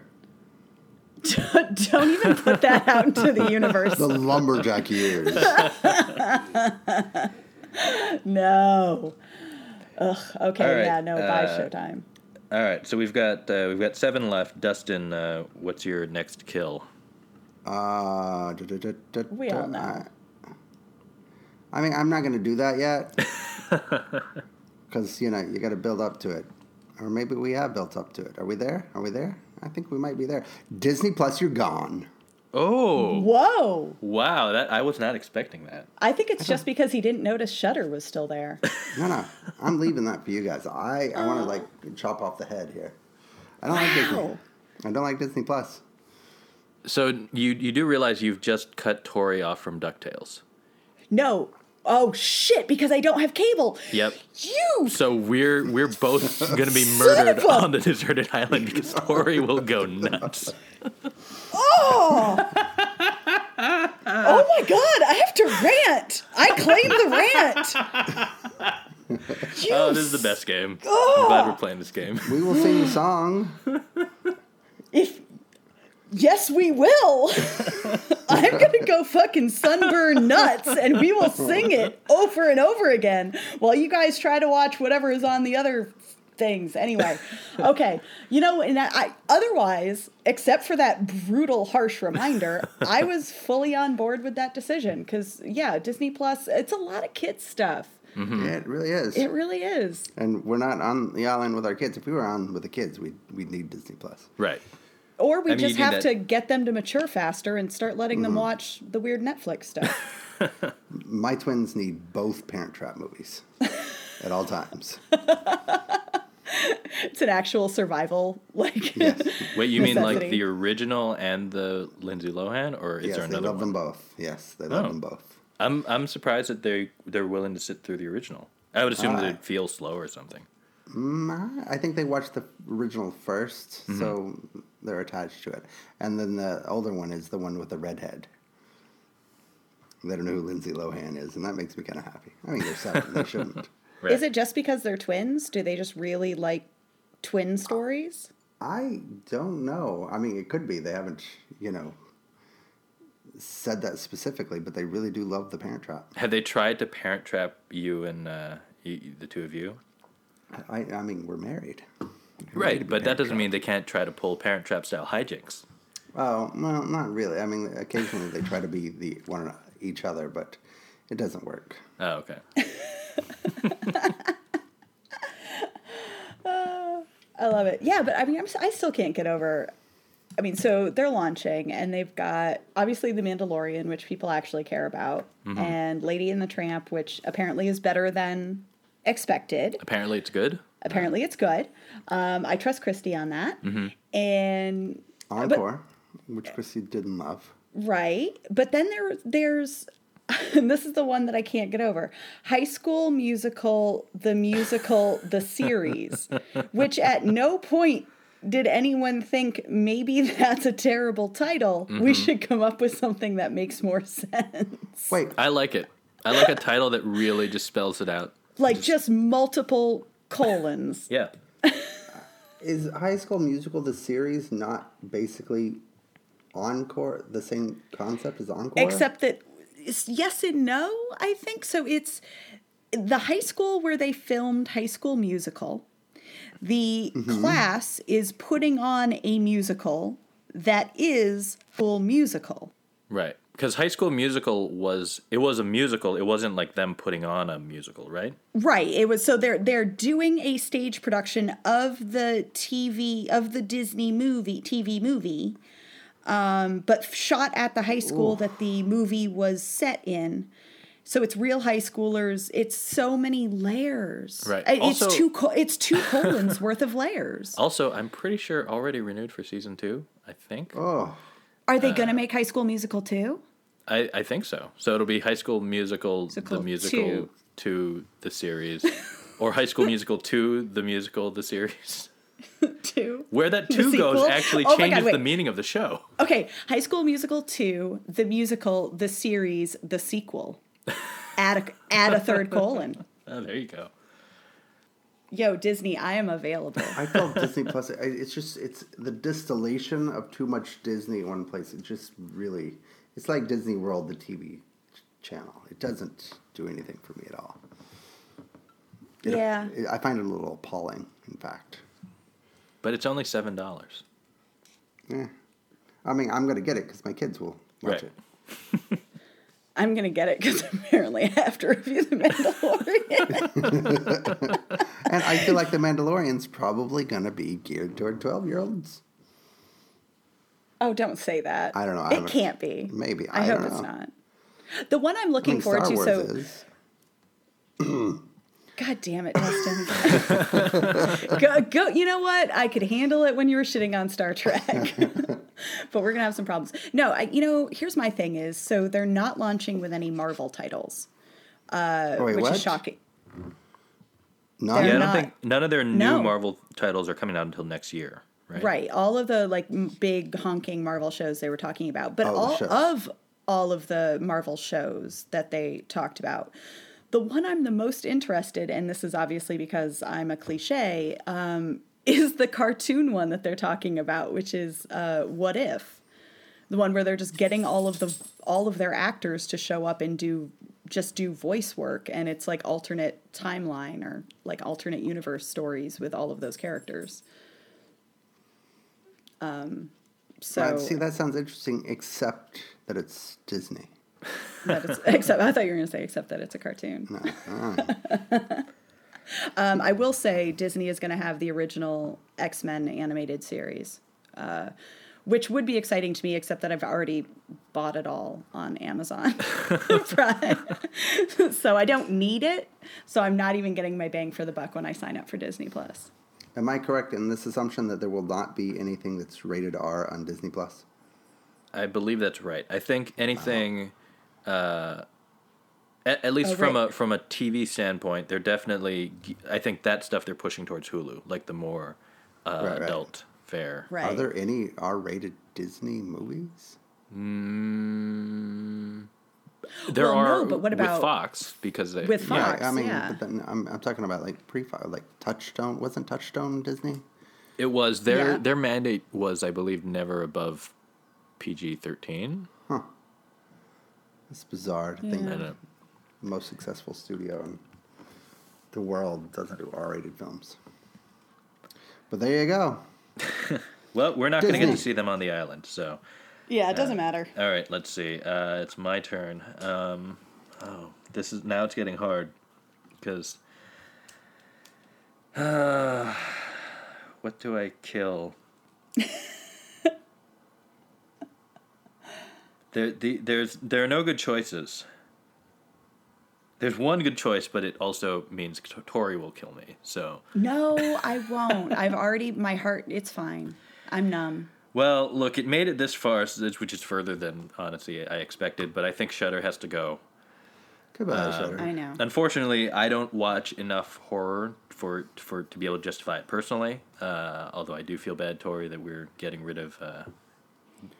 Speaker 1: Don't even put that out into the universe.
Speaker 3: The lumberjack years.
Speaker 1: No. Ugh. Okay.
Speaker 2: All right,
Speaker 1: Yeah. No. Bye.
Speaker 2: uh,
Speaker 1: Showtime.
Speaker 2: All right, so we've got uh, we've got seven left. Dustin, uh, what's your next kill?
Speaker 3: Uh, da, da, da, da,
Speaker 1: We
Speaker 3: da,
Speaker 1: all know.
Speaker 3: I, I mean, I'm not going to do that yet. Because, you know, you got to build up to it. Or maybe we have built up to it. Are we there? Are we there? I think we might be there. Disney Plus, you're gone.
Speaker 2: Oh,
Speaker 1: Whoa.
Speaker 2: wow! That I was not expecting that.
Speaker 1: I think it's just because he didn't notice Shutter was still there.
Speaker 3: No, no. I'm leaving that for you guys. I, I want to, like, chop off the head here. I don't like Disney.
Speaker 1: Wow.
Speaker 3: I don't like Disney Plus.
Speaker 2: So you you do realize you've just cut Tori off from Ducktales.
Speaker 1: No. Oh shit! Because I don't have cable.
Speaker 2: Yep.
Speaker 1: You.
Speaker 2: So we're we're both going to be
Speaker 1: of
Speaker 2: murdered
Speaker 1: a-
Speaker 2: on the deserted island because Tori will go nuts.
Speaker 1: Oh. oh my god! I have to rant. I claim the rant. You
Speaker 2: Oh, this is the best game. I'm glad we're playing this game.
Speaker 3: We will sing the song.
Speaker 1: If yes, we will. I'm gonna go fucking sunburn nuts, and we will sing it over and over again while you guys try to watch whatever is on the other things. Anyway, okay, you know, and I, I otherwise, except for that brutal, harsh reminder, I was fully on board with that decision because yeah, Disney Plus, it's a lot of kids stuff.
Speaker 2: Mm-hmm.
Speaker 3: Yeah, it really is.
Speaker 1: It really is.
Speaker 3: and we're not on the island with our kids. If we were on with the kids, we'd, we'd need Disney Plus.
Speaker 2: Right.
Speaker 1: Or we
Speaker 2: I mean, you
Speaker 1: just
Speaker 2: do
Speaker 1: have
Speaker 2: that- Mm-hmm.
Speaker 1: to get them to mature faster and start letting them watch the weird Netflix stuff.
Speaker 3: My twins need both Parent Trap movies at all times.
Speaker 1: It's an actual survival, like
Speaker 3: Yes,
Speaker 2: Wait, you mean like
Speaker 1: Necessity.
Speaker 2: the original and the Lindsay Lohan, or is
Speaker 3: yes,
Speaker 2: there
Speaker 3: they
Speaker 2: another
Speaker 3: love
Speaker 2: one?
Speaker 3: them both. Yes, they love
Speaker 2: Oh.
Speaker 3: them both.
Speaker 2: I'm I'm surprised that they they're willing to sit through the original. I would assume
Speaker 3: Ah.
Speaker 2: they'd feel slow or something.
Speaker 3: Mm, I I think they watched the original 1st so they're attached to it. And then the older one is the one with the redhead. They don't know who Lindsay Lohan is, and that makes me kind of happy. I mean, they're seven; they shouldn't.
Speaker 2: Right.
Speaker 1: Is it just because they're twins? Do they just really like twin stories?
Speaker 3: I don't know. I mean, it could be they haven't, you know, said that specifically, but they really do love the Parent Trap.
Speaker 2: Have they tried to parent trap you and uh, you, the two of you?
Speaker 3: I, I mean, we're married.
Speaker 2: Right, but that doesn't mean they can't try to pull parent trap style hijinks.
Speaker 3: Oh, well, not really. I mean, occasionally they try to be the one each other, but it doesn't work.
Speaker 2: Oh, okay.
Speaker 1: I love it. Yeah, but I mean, I'm, si still can't get over. I mean, so they're launching, and they've got obviously The Mandalorian, which people actually care about, and Lady and the Tramp, which apparently is better than expected.
Speaker 2: Apparently, it's good.
Speaker 1: Apparently, it's good. Um, I trust Christy on that. And
Speaker 3: Encore, which Chrissy didn't love.
Speaker 1: Right. But then there there's and this is the one that I can't get over. High School Musical, the musical, the series, which at no point did anyone think maybe that's a terrible title. We should come up with something that makes more sense.
Speaker 3: Wait,
Speaker 2: I like it. I like a title that really just spells it out.
Speaker 1: Like just multiple colons.
Speaker 2: Yeah.
Speaker 3: is High School Musical the series not basically Encore? The same concept as Encore,
Speaker 1: Except that, it's yes and no, I think. So it's the high school where they filmed High School Musical. The class is putting on a musical that is full musical.
Speaker 2: Right. Because High School Musical was it was a musical. It wasn't like them putting on a musical, right?
Speaker 1: Right. It was so they're they're doing a stage production of the TV of the Disney movie TV movie, um, but shot at the high school that the movie was set in. So it's real high schoolers. It's so many layers.
Speaker 2: Right.
Speaker 1: I- It's
Speaker 2: Also-
Speaker 1: two co- it's two colons worth of layers.
Speaker 2: Also, I'm pretty sure already renewed for season two. I think.
Speaker 3: Oh,
Speaker 1: Are they going to make High School Musical too?
Speaker 2: I, I think so. So it'll be High School Musical,
Speaker 1: Musical
Speaker 2: the musical
Speaker 1: two.
Speaker 2: to the series, or High School Musical two, the musical, the series.
Speaker 1: Two.
Speaker 2: Where that
Speaker 1: The
Speaker 2: two goes
Speaker 1: sequel?
Speaker 2: actually
Speaker 1: Oh my God,
Speaker 2: changes the
Speaker 1: wait.
Speaker 2: meaning of the show.
Speaker 1: Okay, High School Musical 2, the musical, the series, the sequel. Add a, add a third colon.
Speaker 2: Oh, there you go.
Speaker 1: yo, Disney, I am available.
Speaker 3: I felt Disney Plus. I- It's just it's the distillation of too much Disney in one place. It just really it's like Disney World, the TV channel. It doesn't do anything for me at all. It-
Speaker 1: Yeah.
Speaker 3: it- I find it a little appalling. In fact,
Speaker 2: But it's only seven dollars.
Speaker 3: yeah. I mean, I'm gonna get it because my kids will
Speaker 2: Right.
Speaker 3: watch it.
Speaker 1: I'm gonna get it because apparently I have to review the Mandalorian.
Speaker 3: And I feel like the Mandalorian's probably gonna be geared toward twelve year olds.
Speaker 1: oh, don't say that.
Speaker 3: I don't know. I
Speaker 1: It
Speaker 3: haven't-
Speaker 1: can't be.
Speaker 3: Maybe.
Speaker 1: I,
Speaker 3: I
Speaker 1: hope
Speaker 3: don't
Speaker 1: it's
Speaker 3: know.
Speaker 1: not. The one I'm
Speaker 3: I
Speaker 1: looking
Speaker 3: think
Speaker 1: forward
Speaker 3: Star
Speaker 1: to.
Speaker 3: Wars
Speaker 1: so,
Speaker 3: is.
Speaker 1: God damn it, Dustin. go, go. You know what? I could handle it when you were shitting on Star Trek, but we're gonna have some problems. No, I, you know, here's my thing: is so they're not launching with any Marvel titles,
Speaker 3: Oh, wait,
Speaker 1: uh, which is
Speaker 3: what?
Speaker 1: shocking.
Speaker 3: Not
Speaker 2: Yeah, I
Speaker 1: They're
Speaker 2: don't
Speaker 1: not-
Speaker 2: think none of their new
Speaker 1: No.
Speaker 2: Marvel titles are coming out until next year, right?
Speaker 1: Right. All of the like m- big honking Marvel shows they were talking about, but
Speaker 3: Oh, the
Speaker 1: all
Speaker 3: shows.
Speaker 1: of all of the Marvel shows that they talked about. The one I'm the most interested, and this is obviously because I'm a cliche, um, is the cartoon one that they're talking about, which is uh, "What If," the one where they're just getting all of the all of their actors to show up and do just do voice work, and it's like alternate timeline or like alternate universe stories with all of those characters. Um, So
Speaker 3: Right, see, that sounds interesting, except that it's Disney.
Speaker 1: that it's, except I thought you were going to say except that it's a cartoon.
Speaker 3: Uh-huh.
Speaker 1: um, I will say Disney is going to have the original X Men animated series, uh, which would be exciting to me. Except that I've already bought it all on Amazon Prime, so I don't need it. So I'm not even getting my bang for the buck when I sign up for Disney Plus.
Speaker 3: Am I correct in this assumption that there will not be anything that's rated R on Disney Plus?
Speaker 2: I believe that's right. I think anything, uh, at, at least
Speaker 1: Oh,
Speaker 2: from
Speaker 1: right.
Speaker 2: a from a TV standpoint, they're definitely. g- I think that stuff they're pushing towards Hulu, like the more uh,
Speaker 3: Right, right.
Speaker 2: adult fare.
Speaker 1: Right.
Speaker 3: Are there any R-rated Disney movies?
Speaker 2: There
Speaker 1: Well,
Speaker 2: are
Speaker 1: no, but what
Speaker 2: with
Speaker 1: about-
Speaker 2: Fox because they,
Speaker 1: With Fox.
Speaker 3: I mean,
Speaker 1: yeah.
Speaker 3: but then I'm, I'm talking about like pre like Touchstone. Wasn't Touchstone Disney?
Speaker 2: it was their
Speaker 1: Yeah.
Speaker 2: their mandate was I believe never above PG thirteen.
Speaker 3: It's bizarre to think
Speaker 2: I
Speaker 3: that
Speaker 2: don't know.
Speaker 3: the most successful studio in the world doesn't do R-rated films. But there you go.
Speaker 2: Well, we're not going to get to
Speaker 3: Disney.
Speaker 2: see them on the island, so.
Speaker 1: Yeah, it
Speaker 3: uh,
Speaker 1: doesn't matter.
Speaker 2: All right, let's see. Uh, it's my turn. Um, oh, this is now it's getting hard because what do I kill? there, the, there's there are no good choices. There's one good choice, but it also means T- Tori will kill me. So,
Speaker 1: No, I won't. I've already my heart. It's fine. I'm numb.
Speaker 2: well, look, it made it this far, so it's- which is further than honestly I expected. But I think Shutter has to go.
Speaker 3: Goodbye,
Speaker 2: Uh,
Speaker 3: Shudder.
Speaker 1: I know.
Speaker 2: Unfortunately, I don't watch enough horror for for to be able to justify it personally. Uh, although I do feel bad, Tori, that we're getting rid of uh,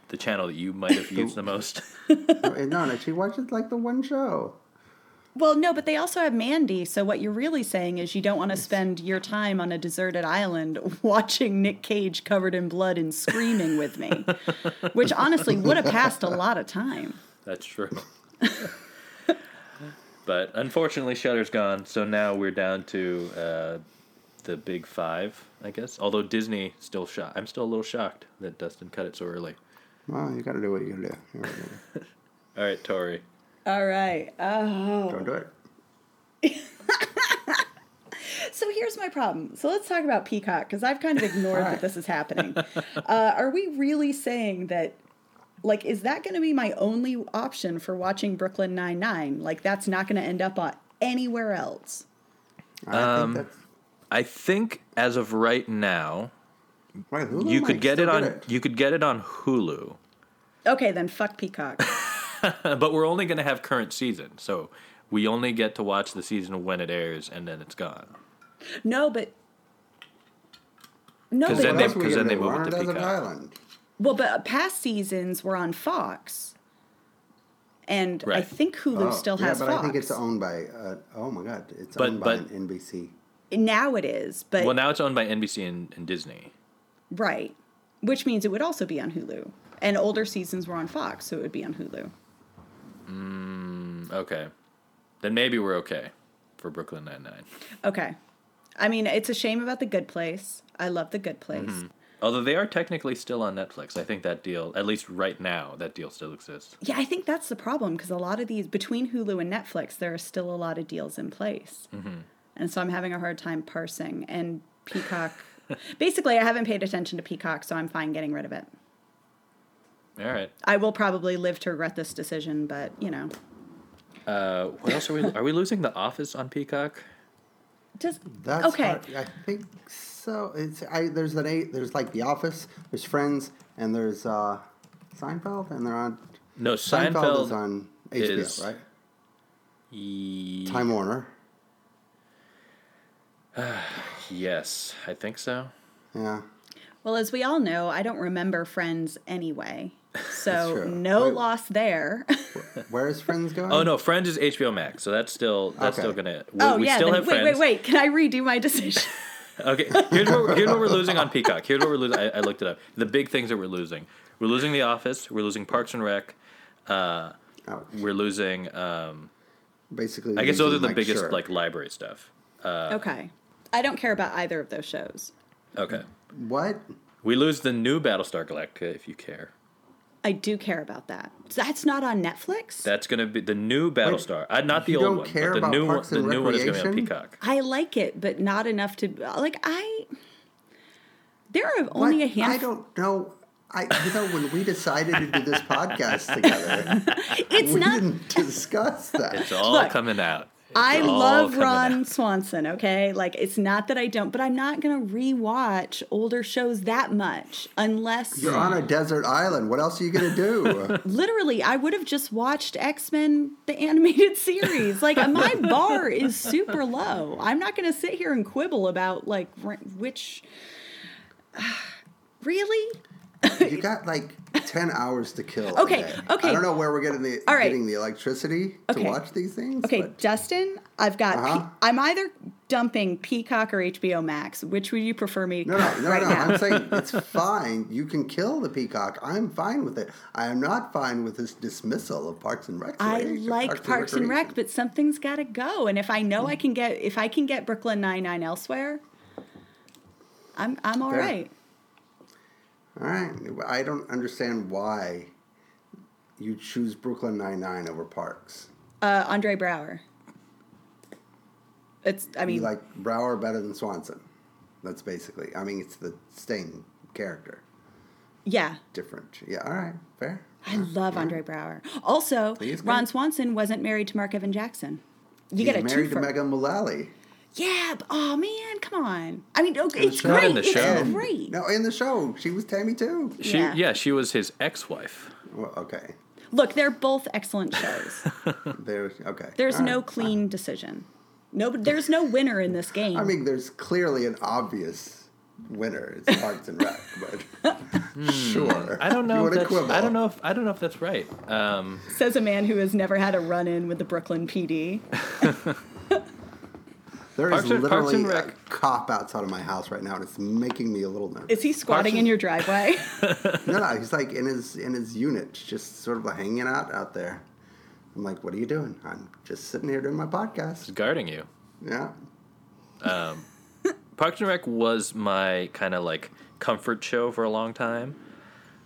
Speaker 2: the channel that you might have used the most.
Speaker 3: No, no, she watches like the one show.
Speaker 1: Well, no, but they also have Mandy. So what you're really saying is you don't want to spend your time on a deserted island watching Nick Cage covered in blood and screaming with me, which honestly would have passed a lot of time.
Speaker 2: That's true. but unfortunately, Shutter's gone, so now we're down to uh, the big five, I guess. Although Disney still shocked. I'm still a little shocked that Dustin cut it so early.
Speaker 3: Well, you gotta do what you gotta do. You gotta do.
Speaker 2: All right, Tori.
Speaker 1: All right. Oh.
Speaker 3: Don't do it.
Speaker 1: So here's my problem. So let's talk about Peacock because I've kind of ignored that this is happening. Uh, are we really saying that? Like, is that going to be my only option for watching Brooklyn Nine Nine? Like, that's not going to end up on anywhere else.
Speaker 3: I
Speaker 2: Um,
Speaker 3: think that's
Speaker 2: I think as of right now,
Speaker 3: Right,
Speaker 1: Oh
Speaker 3: Hulu
Speaker 2: you
Speaker 3: might
Speaker 2: could get
Speaker 3: still
Speaker 2: it on you could get it on Hulu,
Speaker 1: Okay, then fuck Peacock.
Speaker 2: but we're only going to have current season, so we only get to watch the season when it airs, and then it's gone.
Speaker 1: No, but no,
Speaker 2: 'Cause
Speaker 1: but
Speaker 2: then
Speaker 3: What
Speaker 2: they-
Speaker 3: else are we
Speaker 2: 'cause
Speaker 3: gonna
Speaker 2: then they
Speaker 3: do?
Speaker 2: move it
Speaker 3: Warner
Speaker 2: to
Speaker 3: Desert
Speaker 2: Peacock.
Speaker 3: Island.
Speaker 1: well, but past seasons were on Fox, and I
Speaker 2: Right.
Speaker 1: think Hulu
Speaker 3: Oh,
Speaker 1: still
Speaker 3: yeah,
Speaker 1: has
Speaker 3: but
Speaker 1: Fox.
Speaker 3: I think it's owned by. Uh, oh my God, it's
Speaker 2: But-
Speaker 3: owned
Speaker 2: but-
Speaker 3: by an NBC.
Speaker 1: Now it is, but
Speaker 2: Well, now it's owned by NBC and, and Disney.
Speaker 1: right, which means it would also be on Hulu. And older seasons were on Fox, so it would be on Hulu.
Speaker 2: Mm, Okay, then maybe we're okay for Brooklyn Nine Nine.
Speaker 1: Okay, I mean it's a shame about the Good Place. I love the Good Place.
Speaker 2: Mm-hmm. Although they are technically still on Netflix, I think that deal, at least right now, that deal still exists.
Speaker 1: Yeah, I think that's the problem because a lot of these between Hulu and Netflix, there are still a lot of deals in place,
Speaker 2: Mm-hmm.
Speaker 1: and so I'm having a hard time parsing. And Peacock, basically, I haven't paid attention to Peacock, so I'm fine getting rid of it.
Speaker 2: All right.
Speaker 1: I will probably live to regret this decision, but you know,
Speaker 2: Uh, what else are we? Are we losing The Office on Peacock?
Speaker 1: just
Speaker 3: That's
Speaker 1: okay.
Speaker 3: hard- I think so. It's I there's an eight. There's like The Office. There's Friends, and there's uh, Seinfeld, and they're on.
Speaker 2: No,
Speaker 3: Seinfeld,
Speaker 2: Seinfeld
Speaker 3: is on HBO,
Speaker 2: is-
Speaker 3: right?
Speaker 2: Ye-
Speaker 3: Time Warner.
Speaker 2: Yes, I think so.
Speaker 3: Yeah.
Speaker 1: Well, as we all know, I don't remember Friends anyway, so
Speaker 3: true.
Speaker 1: no
Speaker 3: Wait.
Speaker 1: loss there.
Speaker 3: Where is Friends going?
Speaker 2: Oh no, Friends is HBO Max, so that's still that's
Speaker 3: Okay.
Speaker 2: still gonna. We,
Speaker 1: oh
Speaker 2: we
Speaker 1: yeah,
Speaker 2: still
Speaker 1: then,
Speaker 2: have
Speaker 1: wait,
Speaker 2: Friends.
Speaker 1: wait, wait. Can I redo my decision?
Speaker 2: Okay, here's what, we're- here's what we're losing on Peacock. Here's what we're losing. I, I looked it up. The big things that we're losing: we're losing The Office, we're losing Parks and Rec, uh,
Speaker 3: Oh,
Speaker 2: we're losing. Um,
Speaker 3: basically.
Speaker 2: I guess those are the biggest
Speaker 3: sure.
Speaker 2: like library stuff. Uh.
Speaker 1: okay, I don't care about either of those shows.
Speaker 2: Okay,
Speaker 3: What?
Speaker 2: we lose the new Battlestar Galactica if you care.
Speaker 1: I do care about that. That's not on Netflix.
Speaker 2: That's gonna be the new Battlestar. Uh, not the
Speaker 3: you
Speaker 2: old
Speaker 3: don't
Speaker 2: one,
Speaker 3: care
Speaker 2: but the
Speaker 3: about
Speaker 2: new
Speaker 3: Parks
Speaker 2: one.
Speaker 3: and
Speaker 2: The new one is gonna be on
Speaker 3: Recreation?
Speaker 2: Peacock.
Speaker 1: I like it, but not enough to like. I there are only
Speaker 3: What?
Speaker 1: a handful.
Speaker 3: I don't know. I you know when we decided to do this podcast together,
Speaker 1: it's
Speaker 3: we
Speaker 1: not.
Speaker 3: didn't discuss that.
Speaker 2: It's all
Speaker 1: Look,
Speaker 2: coming out. It's
Speaker 1: I
Speaker 2: all
Speaker 1: love
Speaker 2: coming out.
Speaker 1: Ron Swanson, okay? Like, it's not that I don't, but I'm not going to rewatch older shows that much unless
Speaker 3: You're on a desert island. What else are you gonna do?
Speaker 1: literally I would have just watched X Men, the animated series. Like, my bar is super low. I'm not going to sit here and quibble about, like, r- which. really?
Speaker 3: you got like ten hours to kill.
Speaker 1: Okay,
Speaker 3: today.
Speaker 1: okay.
Speaker 3: I don't know where we're getting the
Speaker 1: All right.
Speaker 3: getting the electricity
Speaker 1: Okay.
Speaker 3: to watch these things.
Speaker 1: Okay,
Speaker 3: but
Speaker 1: Dustin, I've got.
Speaker 3: Uh-huh.
Speaker 1: Pe- I'm either dumping Peacock or HBO Max. Which would you prefer me? to
Speaker 3: no, no, no,
Speaker 1: right
Speaker 3: no.
Speaker 1: now?
Speaker 3: I'm saying it's fine. You can kill the peacock. I'm fine with it. I am not fine with this dismissal of Parks and Rec.
Speaker 1: I like Parks, and Rec, but something's got to go. And if I know
Speaker 3: Mm-hmm.
Speaker 1: I can get if I can get Brooklyn Nine Nine elsewhere, I'm I'm all
Speaker 3: Fair.
Speaker 1: right.
Speaker 3: All right. I don't understand why you choose Brooklyn Nine Nine over Parks.
Speaker 1: Uh, Andre Brower. It's I
Speaker 3: You
Speaker 1: mean
Speaker 3: like Brower better than Swanson. That's basically. I mean, it's the same character.
Speaker 1: yeah.
Speaker 3: Different. Yeah. All right. Fair.
Speaker 1: I love Andre Brower. Also,
Speaker 3: He is good.
Speaker 1: Ron Swanson wasn't married to Mark Evan Jackson. You
Speaker 3: He's
Speaker 1: get a
Speaker 3: married
Speaker 1: twofer.
Speaker 3: to Megan Mullally.
Speaker 1: yeah. But, oh man, come on. I mean, okay, it's
Speaker 2: show. Not
Speaker 1: great.
Speaker 2: in the
Speaker 1: it's
Speaker 2: show.
Speaker 1: Oh, great.
Speaker 3: No, in the show, she was Tammy too.
Speaker 2: She,
Speaker 1: Yeah.
Speaker 2: yeah. she was his ex-wife.
Speaker 3: Well, okay.
Speaker 1: Look, they're both excellent shows.
Speaker 3: There's okay.
Speaker 1: There's
Speaker 3: All right.
Speaker 1: no clean decision. No, but there's no winner in this game.
Speaker 3: I mean, there's clearly an obvious winner. It's Parks and Rec, but
Speaker 1: Hmm.
Speaker 3: sure.
Speaker 2: I don't
Speaker 3: You
Speaker 2: know. If
Speaker 3: wanna
Speaker 2: that's,
Speaker 3: quibble.
Speaker 2: I don't know if I don't know if that's right. Um,
Speaker 1: Says a man who has never had a run in with the Brooklyn PD.
Speaker 3: There is
Speaker 2: Parks and- Parks
Speaker 3: literally
Speaker 2: and
Speaker 3: a
Speaker 2: Rec.
Speaker 3: cop outside of my house right now, and it's making me a little nervous.
Speaker 1: Is he squatting in your driveway?
Speaker 3: no, no, he's like in his in his unit, just sort of hanging out out there. I'm like, what are you doing? I'm just sitting here doing my podcast.
Speaker 2: guarding you.
Speaker 3: Yeah.
Speaker 2: Parks and Rec was my kind of like comfort show for a long time.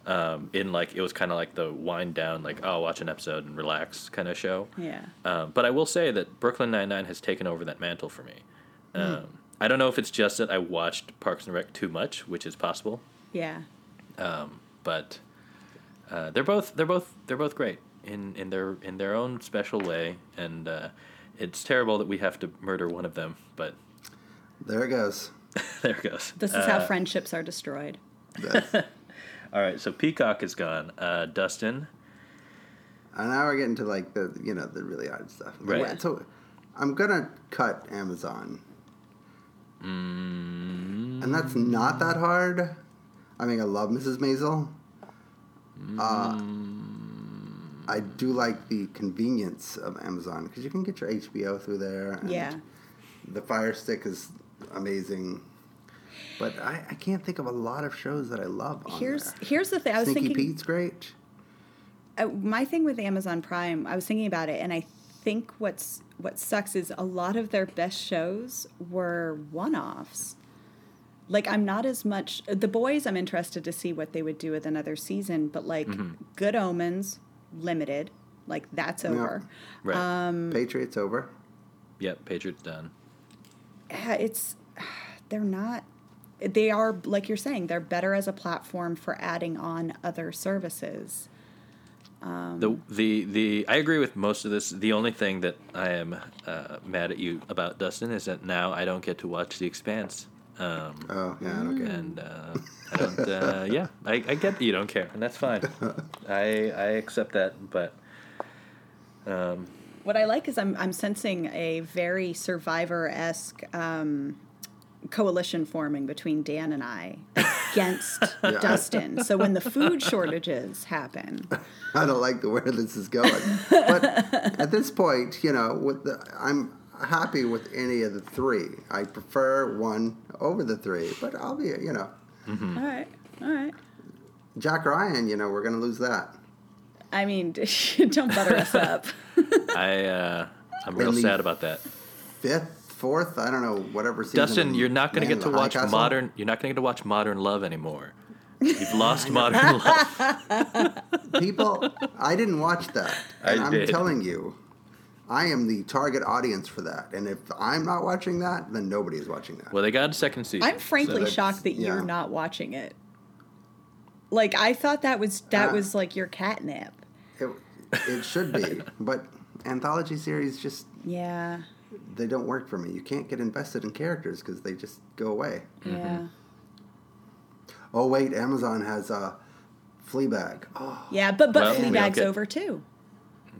Speaker 2: Um, in like it was kind of like the wind down, like oh, watch an episode and relax kind of show.
Speaker 1: yeah.
Speaker 2: Um, but I will say that Brooklyn Nine Nine has taken over that mantle for me.
Speaker 1: Hmm.
Speaker 2: Um, I don't know if it's just that I watched Parks and Rec too much, which is possible,
Speaker 1: Yeah.
Speaker 2: but uh, they're both they're both they're both great in in their in their own special way, and uh, it's terrible that we have to murder one of them. But
Speaker 3: There it goes.
Speaker 2: there it goes. Uh,
Speaker 1: This is how friendships are destroyed.
Speaker 3: That's-
Speaker 2: All right, so Peacock is gone. Uh, Dustin,
Speaker 3: And now we're getting to like the you know the really hard stuff.
Speaker 2: Right.
Speaker 3: Wait, So I'm gonna cut Amazon,
Speaker 2: Mm.
Speaker 3: and that's not that hard. I mean, I love Mrs. Maisel.
Speaker 2: Mm.
Speaker 3: Uh, I do like the convenience of Amazon because you can get your HBO through there. And
Speaker 1: Yeah.
Speaker 3: The Fire Stick is amazing. But I, I can't think of a lot of shows that I love. On
Speaker 1: Here's
Speaker 3: there.
Speaker 1: here's the thing. I was
Speaker 3: Sneaky
Speaker 1: thinking
Speaker 3: Pete's great.
Speaker 1: uh, my thing with Amazon Prime, I was thinking about it, and I think what's what sucks is a lot of their best shows were one-offs. Like I'm not as much The Boys. I'm interested to see what they would do with another season, but like Good Omens, limited. Like that's over.
Speaker 2: Right.
Speaker 3: Um,
Speaker 1: Mm.
Speaker 3: Patriots over.
Speaker 2: yep. Patriots done.
Speaker 1: Yeah, it's they're not. They are like you're saying. They're better as a platform for adding on other services.
Speaker 3: um,
Speaker 2: the the the I agree with most of this. The only thing that I am uh, mad at you about, Dustin, is that now I don't get to watch The Expanse. Um,
Speaker 3: Oh yeah, I don't get it.
Speaker 2: and uh, I don't. Uh, yeah, I, I get that you don't care, and that's fine. I I accept that, but um,
Speaker 1: What I like is I'm I'm sensing a very survivor esque um, coalition forming between Dan and I against Dustin. So when the food shortages happen,
Speaker 3: I don't like the where this is going. But at this point, you know, with the, I'm happy with any of the three. I prefer one over the three, but I'll be, you know,
Speaker 2: Mm.
Speaker 1: all right, all right.
Speaker 3: Jack Ryan. You know, we're gonna lose that.
Speaker 1: I mean, don't butter us up.
Speaker 2: I uh, I'm real
Speaker 3: Really?
Speaker 2: sad about that.
Speaker 3: Fifth, fourth, I don't know, whatever season.
Speaker 2: Dustin, you're not going to
Speaker 3: Man
Speaker 2: get
Speaker 3: in
Speaker 2: to
Speaker 3: the High
Speaker 2: watch
Speaker 3: Castle.
Speaker 2: modern. You're not going to get to watch Modern Love anymore. You've lost Modern Love.
Speaker 3: people. I didn't watch that,
Speaker 2: I
Speaker 3: and I'm
Speaker 2: did.
Speaker 3: telling you. I am the target audience for that, and if I'm not watching that, then nobody is watching that.
Speaker 2: Well, they got a second season.
Speaker 1: I'm frankly
Speaker 3: that's-
Speaker 1: shocked that
Speaker 3: yeah.
Speaker 1: you're not watching it. Like I thought that was that
Speaker 3: Ah.
Speaker 1: was like your catnip.
Speaker 3: It, it should be, but anthology series just
Speaker 1: Yeah,
Speaker 3: they don't work for me. You can't get invested in characters because they just go away.
Speaker 2: Mm-hmm.
Speaker 1: yeah,
Speaker 3: Oh wait, Amazon has uh, Fleabag. Oh,
Speaker 1: yeah. But but
Speaker 2: Well, we don't
Speaker 1: Fleabag's
Speaker 2: get-
Speaker 1: over too.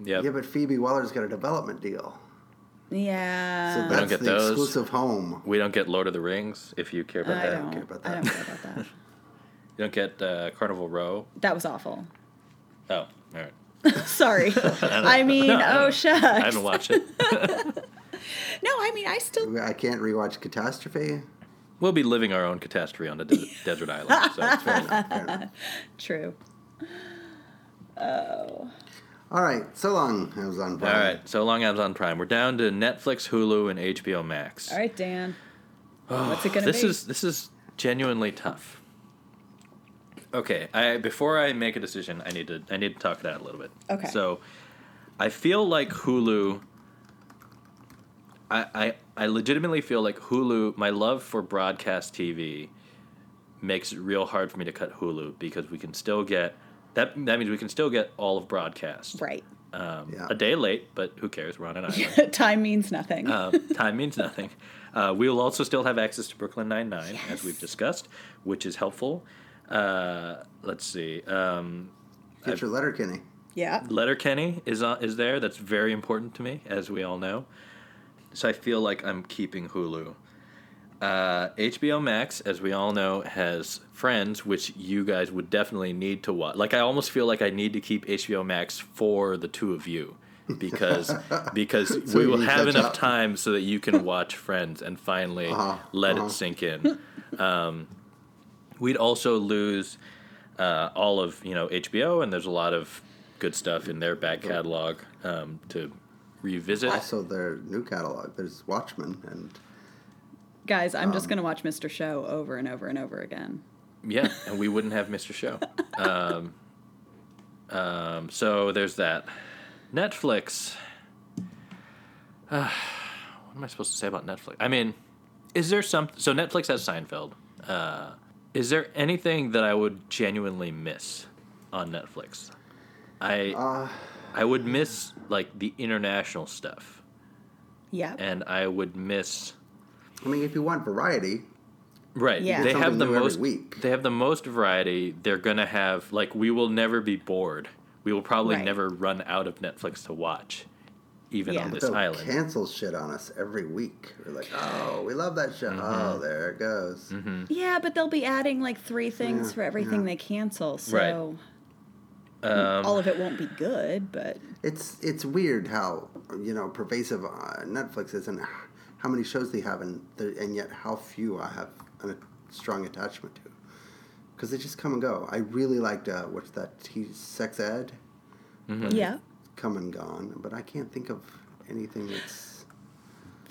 Speaker 2: Yep.
Speaker 3: yeah, but Phoebe Weller's got a development deal, so
Speaker 1: Yeah.
Speaker 3: that's
Speaker 2: get
Speaker 3: the
Speaker 2: those.
Speaker 3: exclusive home.
Speaker 2: We don't get Lord of the Rings if you care about
Speaker 1: I
Speaker 2: that.
Speaker 1: don't,
Speaker 3: care about
Speaker 1: I
Speaker 3: that.
Speaker 1: don't care about that.
Speaker 2: You don't get uh, Carnival Row.
Speaker 1: That was awful.
Speaker 2: Oh, all right.
Speaker 1: Sorry. I mean, oh shucks.
Speaker 2: I haven't watched it.
Speaker 1: No, I mean, I still.
Speaker 3: I can't rewatch Catastrophe.
Speaker 2: We'll be living our own catastrophe on a desert, desert island. So it's fair enough.
Speaker 3: Fair enough.
Speaker 1: True.
Speaker 3: All right, so long, Amazon.
Speaker 2: All
Speaker 3: Prime.
Speaker 2: right. So long, Amazon Prime. We're down to Netflix, Hulu, and HBO Max.
Speaker 1: All right, Dan. What's it gonna
Speaker 2: This
Speaker 1: be?
Speaker 2: is this is genuinely tough. Okay, I before I make a decision, I need to I need to talk it out a little bit.
Speaker 1: Okay.
Speaker 2: So, I feel like Hulu. I I, I legitimately feel like Hulu. My love for broadcast TV makes it real hard for me to cut Hulu because we can still get that. That means we can still get all of broadcast.
Speaker 1: right.
Speaker 2: Um,
Speaker 3: Yeah.
Speaker 2: A day late, but who cares? We're on an island.
Speaker 1: Time means nothing.
Speaker 2: Uh, time means nothing. Uh, we will also still have access to Brooklyn Nine Nine, as we've discussed, which is helpful. Uh, let's see. Um,
Speaker 3: Get your letter, Kenny.
Speaker 1: yeah.
Speaker 2: Letterkenny is on, is there. That's very important to me, as we all know. So I feel like I'm keeping Hulu. Uh, HBO Max, as we all know, has Friends, which you guys would definitely need to watch. Like I almost feel like I need to keep HBO Max for the two of you, because because we
Speaker 3: you
Speaker 2: will
Speaker 3: can
Speaker 2: have
Speaker 3: catch
Speaker 2: enough
Speaker 3: up.
Speaker 2: time so that you can watch Friends and finally
Speaker 3: Uh-huh,
Speaker 2: let
Speaker 3: uh-huh.
Speaker 2: it sink in. Um, we'd also lose uh, all of you know HBO, and there's a lot of good stuff in their back catalog um, to revisit.
Speaker 3: Also, their new catalog. There's Watchmen, and
Speaker 1: Guys, I'm
Speaker 2: um,
Speaker 1: just gonna watch Mr. Show over and over and over again.
Speaker 2: Yeah, and we wouldn't have Mr. Show. Um, um, so there's that. Netflix. Uh, what am I supposed to say about Netflix? I mean, is there some? So Netflix has Seinfeld. Uh, is there anything that I would genuinely miss on Netflix? I I would miss like the international stuff,
Speaker 1: Yeah.
Speaker 2: and I would miss.
Speaker 3: I mean, if you want variety,
Speaker 2: Right.
Speaker 1: Yeah.
Speaker 2: They
Speaker 1: Something
Speaker 2: have the
Speaker 3: new every
Speaker 2: most
Speaker 3: week.
Speaker 2: they have the most variety. They're going to have like we will never be bored. We will probably
Speaker 1: Right.
Speaker 2: never run out of Netflix to watch even
Speaker 1: Yeah.
Speaker 2: on this
Speaker 3: they'll
Speaker 2: island.
Speaker 3: cancel shit on us every week. We're like, oh, we love that
Speaker 2: Mm-hmm.
Speaker 3: show. Oh, there it goes.
Speaker 1: Yeah, but they'll be adding like three things
Speaker 3: Yeah,
Speaker 1: for everything they cancel, so
Speaker 2: Right. Um,
Speaker 1: all of it won't be good. But
Speaker 3: It's it's weird how you know pervasive uh, Netflix is and how many shows they have, and the, and yet how few I have an, a strong attachment to, because they just come and go. I really liked uh, what's that? T- sex Ed,
Speaker 2: mm-hmm.
Speaker 1: Yeah.
Speaker 3: come and gone, but I can't think of anything that's.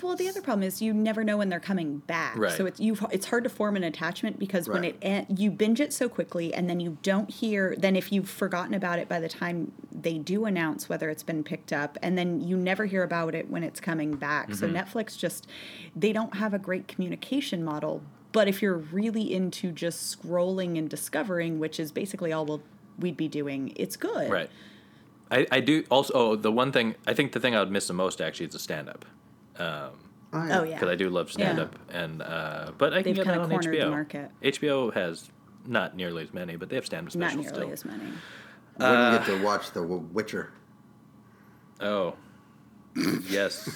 Speaker 1: Well, the other problem is you never know when they're coming back.
Speaker 2: Right.
Speaker 1: So it's you. It's hard to form an attachment because when
Speaker 3: Right.
Speaker 1: it en- you binge it so quickly, and then you don't hear. Then if you've forgotten about it by the time they do announce whether it's been picked up, and then you never hear about it when it's coming back.
Speaker 2: Mm-hmm.
Speaker 1: So Netflix just they don't have a great communication model. But if you're really into just scrolling and discovering, which is basically all we'll, we'd be doing, it's good.
Speaker 2: Right. I, I do also. Oh, the one thing I think the thing I would miss the most actually is the stand up
Speaker 3: Oh
Speaker 1: Oh yeah.
Speaker 2: because I do love stand up and uh, but I can
Speaker 1: They've
Speaker 2: get that
Speaker 1: kinda
Speaker 2: on
Speaker 1: cornered
Speaker 2: HBO.
Speaker 1: the market.
Speaker 2: HBO has not nearly as many, but they have stand up
Speaker 1: Not
Speaker 2: specials
Speaker 1: nearly
Speaker 2: still.
Speaker 1: as many.
Speaker 3: Wouldn't get
Speaker 2: Uh,
Speaker 3: to watch The W- Witcher.
Speaker 2: Oh. yes.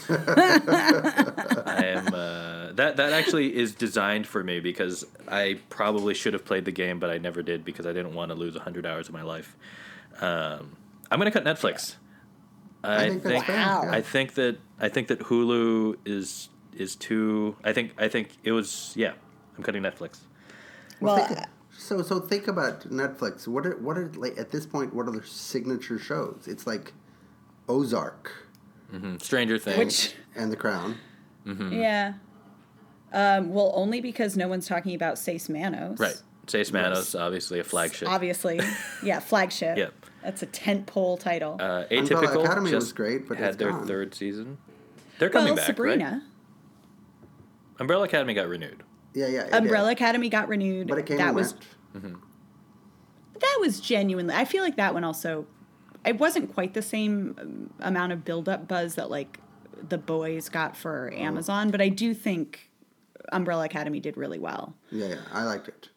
Speaker 2: I am uh, that that actually is designed for me because I probably should have played the game but I never did because I didn't want to lose 100 hours of my life. Um, I'm going to cut Netflix. I,
Speaker 3: think
Speaker 2: think,
Speaker 3: that's fair, Wow. yeah.
Speaker 2: I think that I think that Hulu is is too I think I think it was yeah, I'm cutting Netflix.
Speaker 1: Well,
Speaker 3: think- so so think about Netflix. What are what are like at this point? What are their signature shows? It's like Ozark
Speaker 2: Stranger Things.
Speaker 1: Which-
Speaker 3: and The Crown.
Speaker 2: Mm.
Speaker 1: Yeah. Um, well, only because no one's talking about Sace Manos.
Speaker 2: right. Seis Manos obviously a flagship.
Speaker 1: Obviously. Yeah, flagship.
Speaker 2: Yep.
Speaker 1: That's a tent pole title.
Speaker 2: Uh,
Speaker 3: Umbrella
Speaker 2: Atypical
Speaker 3: Academy
Speaker 2: just
Speaker 3: was great, but
Speaker 2: had
Speaker 3: it's
Speaker 2: their
Speaker 3: gone.
Speaker 2: third season. They're coming
Speaker 1: well,
Speaker 2: back, right?
Speaker 1: Sabrina.
Speaker 2: Umbrella Academy got renewed.
Speaker 3: Yeah, yeah. it is.
Speaker 1: Umbrella Academy got renewed.
Speaker 3: but it came
Speaker 1: that
Speaker 3: and
Speaker 1: was
Speaker 3: went.
Speaker 1: that was genuinely. I feel like that one also. It wasn't quite the same um, amount of build-up buzz that like the boys got for
Speaker 2: Oh.
Speaker 1: Amazon, but I do think Umbrella Academy did really well.
Speaker 3: Yeah, yeah. I liked it.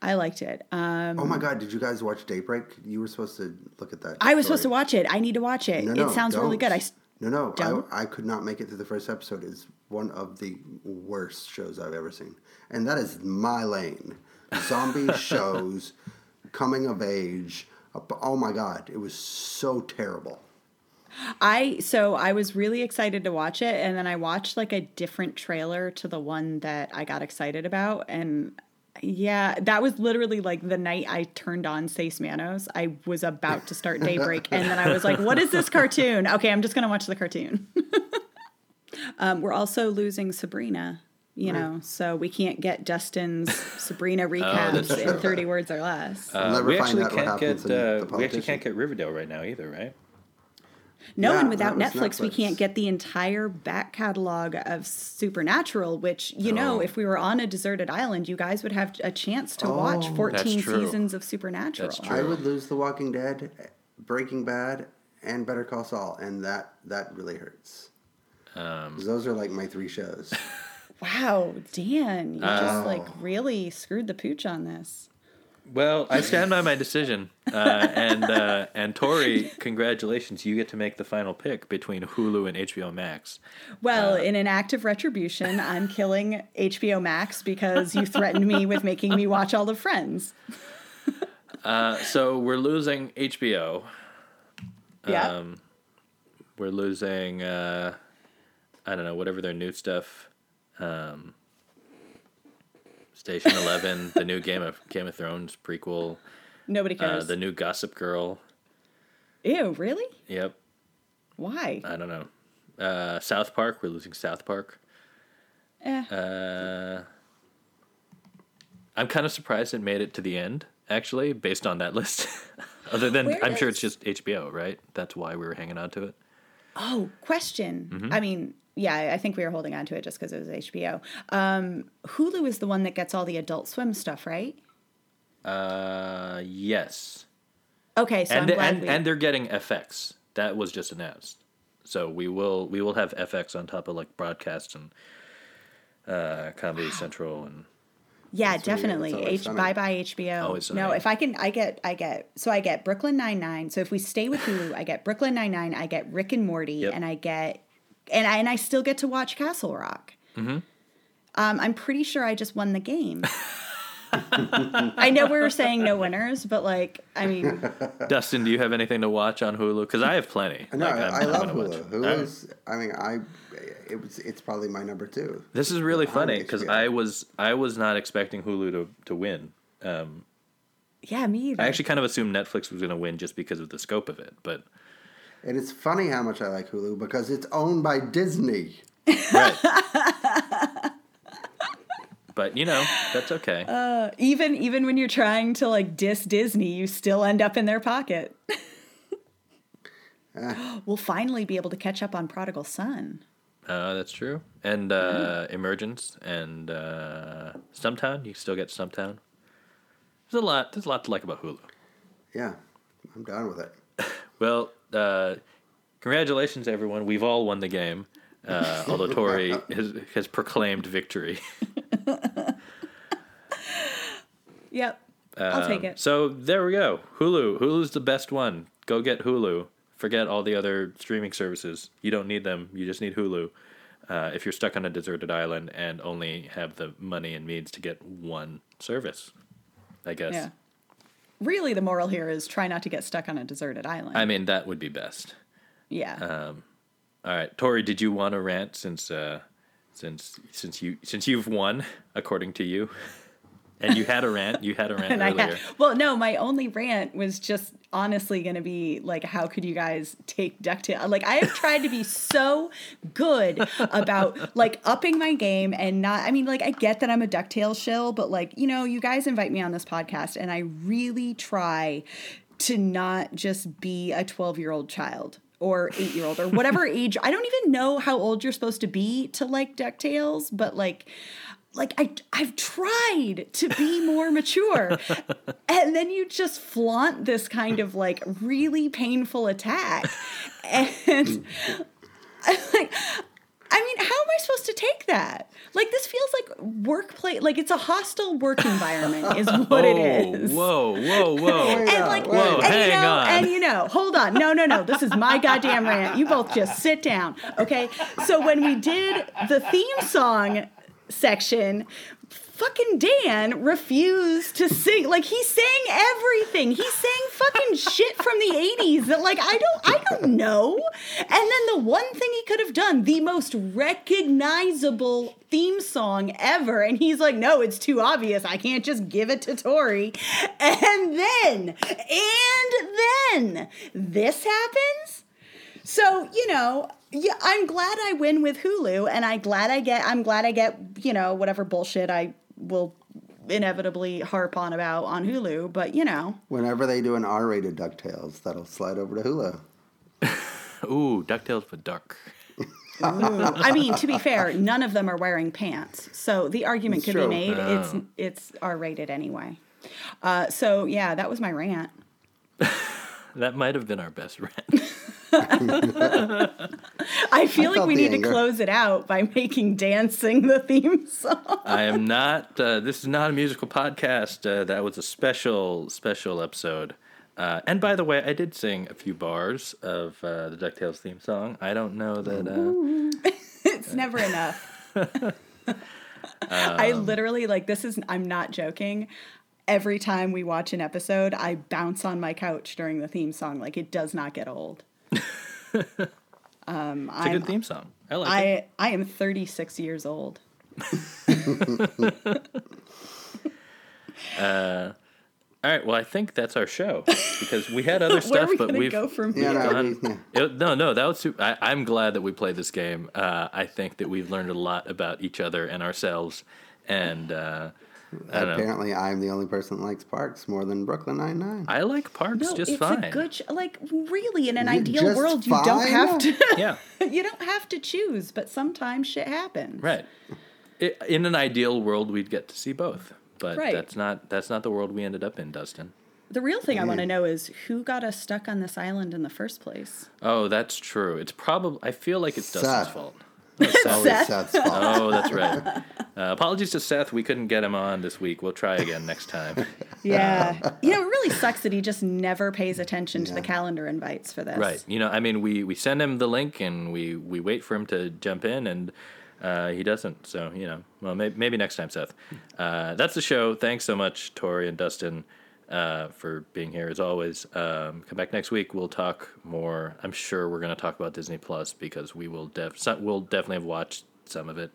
Speaker 1: I liked it. Um,
Speaker 3: Oh my god, did you guys watch Daybreak? You were supposed to look at that.
Speaker 1: I was supposed to
Speaker 3: story.
Speaker 1: watch it. I need to watch it. it sounds really
Speaker 3: don't.
Speaker 1: good. I s-
Speaker 3: no, no,
Speaker 1: Don't?
Speaker 3: I, I could not make it through the first episode. It's one of the worst shows I've ever seen, and that is my lane. Zombie shows, coming of age. up- Oh my god, it was so terrible.
Speaker 1: I so I was really excited to watch it, and then I watched like a different trailer to the one that I got excited about, and yeah, that was literally like the night I turned on Seis Manos. I was about to start Daybreak, and then I was like, "What is this cartoon?" Okay, I'm just gonna watch the cartoon. um, we're also losing Sabrina, you know, so we can't get Dustin's Sabrina recaps in 30 words or less.
Speaker 2: Uh,
Speaker 3: never
Speaker 2: we
Speaker 3: find
Speaker 2: actually
Speaker 3: out what
Speaker 2: can't
Speaker 3: happens
Speaker 2: get
Speaker 3: in The
Speaker 2: uh, we actually
Speaker 3: Politician.
Speaker 2: can't get Riverdale right now either, right?
Speaker 1: No,
Speaker 3: Yeah,
Speaker 1: and without
Speaker 3: that was
Speaker 1: Netflix, we
Speaker 3: Netflix.
Speaker 1: can't get the entire back catalog of Supernatural, which, you
Speaker 3: Oh.
Speaker 1: know, if we were on a deserted island, you guys would have a chance to watch
Speaker 3: Oh.
Speaker 1: 14
Speaker 2: That's true.
Speaker 1: seasons of Supernatural.
Speaker 2: That's
Speaker 3: I
Speaker 2: True.
Speaker 3: would lose The Walking Dead, Breaking Bad, and Better Call Saul, and that that really hurts. Um, those are like my three shows.
Speaker 1: Wow, Dan, you
Speaker 3: Oh.
Speaker 1: just like really screwed the pooch on this.
Speaker 2: Well, I stand by my decision, uh, and uh, and Tori, congratulations, you get to make the final pick between Hulu and HBO Max. Uh.
Speaker 1: Well, in an act of retribution, I'm killing HBO Max because you threatened me with making me watch all of Friends.
Speaker 2: Uh, so we're losing HBO.
Speaker 1: Yeah.
Speaker 2: Um, we're losing, uh, I don't know, whatever their new stuff. Um, Station Eleven, the new Game of Game of Thrones prequel,
Speaker 1: Nobody
Speaker 2: uh,
Speaker 1: cares.
Speaker 2: the new Gossip Girl.
Speaker 1: Ew, really?
Speaker 2: Yep,
Speaker 1: Why?
Speaker 2: I don't know. Uh, South Park, we're losing South Park.
Speaker 1: Eh.
Speaker 2: Uh, I'm kind of surprised it made it to the end, actually, based on that list. Other than,
Speaker 1: Where
Speaker 2: I'm sure it's
Speaker 1: does-
Speaker 2: just HBO, right? That's why we were hanging on to it.
Speaker 1: Oh, question.
Speaker 2: Mm-hmm.
Speaker 1: I mean, yeah, I think we were holding on to it just because it was HBO. Um, Hulu is the one that gets all the Adult Swim stuff, right?
Speaker 2: Uh, yes.
Speaker 1: Okay, so
Speaker 2: and
Speaker 1: I'm glad
Speaker 2: and,
Speaker 1: we.
Speaker 2: and they're getting FX. That was just announced. So we will we will have FX on top of like broadcast and uh, Comedy Central and
Speaker 1: yeah,
Speaker 3: what we-
Speaker 1: definitely.
Speaker 3: that's what
Speaker 1: H-
Speaker 3: it's on
Speaker 1: bye
Speaker 3: it.
Speaker 1: bye HBO.
Speaker 2: Oh, it's on
Speaker 1: no,
Speaker 2: it.
Speaker 1: if I can, I get, I get. So I get Brooklyn Nine Nine. So if we stay with Hulu, I get Brooklyn Nine Nine. I get Rick and Morty,
Speaker 2: Yep.
Speaker 1: and I get, and I and I still
Speaker 2: Mm-hmm.
Speaker 1: get to watch Castle Rock. Um, I'm pretty sure I just won the game. I know we were saying no winners, but like, I mean,
Speaker 2: Dustin, do you have anything to watch on Hulu? Because I have plenty.
Speaker 3: No,
Speaker 2: Like, I'm-
Speaker 3: I, I
Speaker 2: I'm
Speaker 3: love
Speaker 2: gonna watch.
Speaker 3: Hulu.
Speaker 2: All
Speaker 3: Hulu
Speaker 2: right.
Speaker 3: is, I mean, I it was it's probably my number two.
Speaker 2: This is really funny because
Speaker 3: HBO.
Speaker 2: I was I was not expecting Hulu to to win.
Speaker 1: yeah, me either.
Speaker 2: I actually kind of assumed Netflix was going to win just because of the scope of it, but
Speaker 3: And it's funny how much I like Hulu because it's owned by Disney.
Speaker 2: but you know that's okay.
Speaker 1: even even when you're trying to like diss Disney, you still end up in their pocket. we'll finally be able to catch up on Prodigal Son.
Speaker 2: Uh, that's true. And uh, Emergence and uh, Stumptown. You can still get Stumptown. There's a lot. There's a lot to like about Hulu.
Speaker 3: Yeah, I'm done with it.
Speaker 2: Well, uh, congratulations, everyone. We've all won the game. Uh, although Tori has, has proclaimed victory.
Speaker 1: Yep, I'll
Speaker 2: Um,
Speaker 1: take it.
Speaker 2: So there we go. Hulu. Hulu's the best one. Go get Hulu. Forget all the other streaming services. You don't need them. You just need Hulu. Uh, if you're stuck on a deserted island and only have the money and means to get one service, I guess.
Speaker 1: Yeah. Really, the moral here is try not to get stuck on a deserted island.
Speaker 2: I mean, that would be best.
Speaker 1: yeah.
Speaker 2: All right, Tori, did you want to rant since uh, since since you since you've won according to you, and you had a rant. You had a rant
Speaker 1: and I
Speaker 2: earlier.
Speaker 1: had, well, no, my only rant was just honestly going to be like, how could you guys take Ducktales? Like, I have tried to be so good about like upping my game and not. I mean, like, I get that I'm a Ducktales shill, but like, you know, you guys invite me on this podcast, and I really try to not just be a 12 year old child. Or eight year old, or whatever age. I don't even know how old you're supposed to be to like DuckTales, but like, like I I've tried to be more mature. and then you just flaunt this kind of like really painful attack. And I'm like I mean, how am I supposed to take that? Like this feels like workplace like it's a hostile work environment is what
Speaker 2: Oh,
Speaker 1: it is.
Speaker 2: Whoa! Whoa! Whoa!
Speaker 3: Wait
Speaker 1: And
Speaker 3: up,
Speaker 1: like,
Speaker 3: wait Whoa,
Speaker 1: and, you
Speaker 2: hang
Speaker 1: know,
Speaker 2: on.
Speaker 1: and you know, hold on. No, no, no. This is my goddamn rant. You both just sit down, okay? So when we did the theme song section, fucking Dan refused to sing. Like he sang everything. He sang fucking shit from the 80s that like I don't I don't know. And then the one thing he could have done, the most recognizable theme song ever, and he's like, "No, it's too obvious. I can't just give it to Tori." And then and then this happens? So you know, yeah, I'm glad I win with Hulu, and I glad I get. I'm glad I get. You know, whatever bullshit I will inevitably harp on about on Hulu, but you know,
Speaker 3: Whenever they do an R-rated Ducktales, that'll slide over to Hulu.
Speaker 2: Ooh, Ducktales but dark.
Speaker 1: I mean, to be fair, none of them are wearing pants, so the argument could
Speaker 3: Sure.
Speaker 1: be made. It's it's R rated anyway. Uh, so yeah, that was my rant.
Speaker 2: That might have been our best rant.
Speaker 1: I feel like
Speaker 3: felt
Speaker 1: we
Speaker 3: the
Speaker 1: need
Speaker 3: anger.
Speaker 1: to close it out by making Dan sing the theme song.
Speaker 2: I am not. Uh, this is not a musical podcast. Uh, that was a special, special episode. Uh, and by the way, I did sing a few bars of uh, the Ducktales theme song. I don't know that. Uh,
Speaker 1: It's never enough. I
Speaker 3: Um,
Speaker 1: literally like this is I'm not joking. Every time we watch an episode, I bounce on my couch during the theme song. Like it does not get old. um,
Speaker 2: it's a
Speaker 1: I'm,
Speaker 2: good theme song. I like it.
Speaker 1: I I am 36 years old.
Speaker 2: All right. Well, I think that's our show because we had other
Speaker 1: Where are
Speaker 2: stuff,
Speaker 1: we
Speaker 2: but
Speaker 1: gonna
Speaker 2: we've
Speaker 1: go from
Speaker 3: Yeah,
Speaker 1: here?
Speaker 3: no, we-
Speaker 2: done.
Speaker 3: yeah.
Speaker 2: It- no, no, that was. Super, I, I'm glad that we played this game. Uh, I think that we've learned a lot about each other and ourselves, and uh, I don't know.
Speaker 3: Apparently, I'm the only person that likes parks more than Brooklyn Nine Nine.
Speaker 2: I like parks
Speaker 1: No,
Speaker 2: just
Speaker 1: it's
Speaker 2: fine.
Speaker 1: a good sh- like really in an
Speaker 3: You
Speaker 1: ideal
Speaker 3: just
Speaker 1: world you don't
Speaker 3: fine?
Speaker 1: have to
Speaker 2: yeah.
Speaker 1: you don't have to choose, but sometimes shit happens.
Speaker 2: Right. I in an ideal world, we'd get to see both, but
Speaker 1: Right.
Speaker 2: that's not that's not the world we ended up in, Dustin.
Speaker 1: The real thing I want to know is who got us stuck on this island in the first place?
Speaker 2: Oh, that's true. It's probably. I feel like it's Dustin's
Speaker 3: Seth.
Speaker 2: fault.
Speaker 3: It's always Seth's fault.
Speaker 2: Oh, that's right. Uh, apologies to Seth. We couldn't get him on this week. We'll try again next time.
Speaker 1: Yeah. you know, it really sucks that he just never pays attention to the
Speaker 3: Yeah.
Speaker 1: calendar invites for this.
Speaker 2: Right. You know, I mean, we we send him the link and we we wait for him to jump in and. Uh, he doesn't. So, you know, well, may- maybe next time, Seth.
Speaker 1: Hmm.
Speaker 2: Uh, that's the show. Thanks so much, Tori and Dustin, uh, for being here as always. Um, come back next week. We'll talk more. I'm sure we're going to talk about Disney Plus because we will def- so- we'll definitely have watched some of it.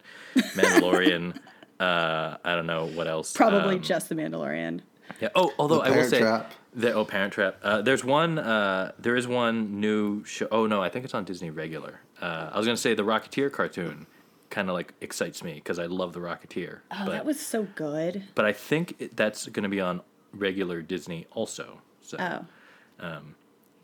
Speaker 2: Mandalorian. uh, I don't know what else.
Speaker 1: Probably
Speaker 2: Um,
Speaker 1: just The Mandalorian.
Speaker 2: yeah. Oh, although I will
Speaker 3: Parent
Speaker 2: say
Speaker 3: Trap.
Speaker 2: the oh Parent Trap. Uh, there's one. Uh, there is one new show. Oh no, I think it's on Disney regular. Uh, I was gonna say the Rocketeer cartoon kind of like excites me because I love the Rocketeer.
Speaker 1: Oh,
Speaker 2: but,
Speaker 1: that was so good.
Speaker 2: But I think it, that's gonna be on regular Disney also. So, um,
Speaker 1: Oh,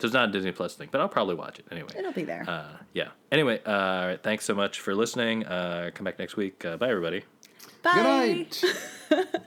Speaker 2: so it's not a Disney Plus thing, but I'll probably watch it anyway.
Speaker 1: it'll be there.
Speaker 2: Uh, yeah. Anyway, uh, all right, thanks so much for listening. Uh, come back next week. Uh, bye everybody.
Speaker 1: Bye.
Speaker 3: Good night.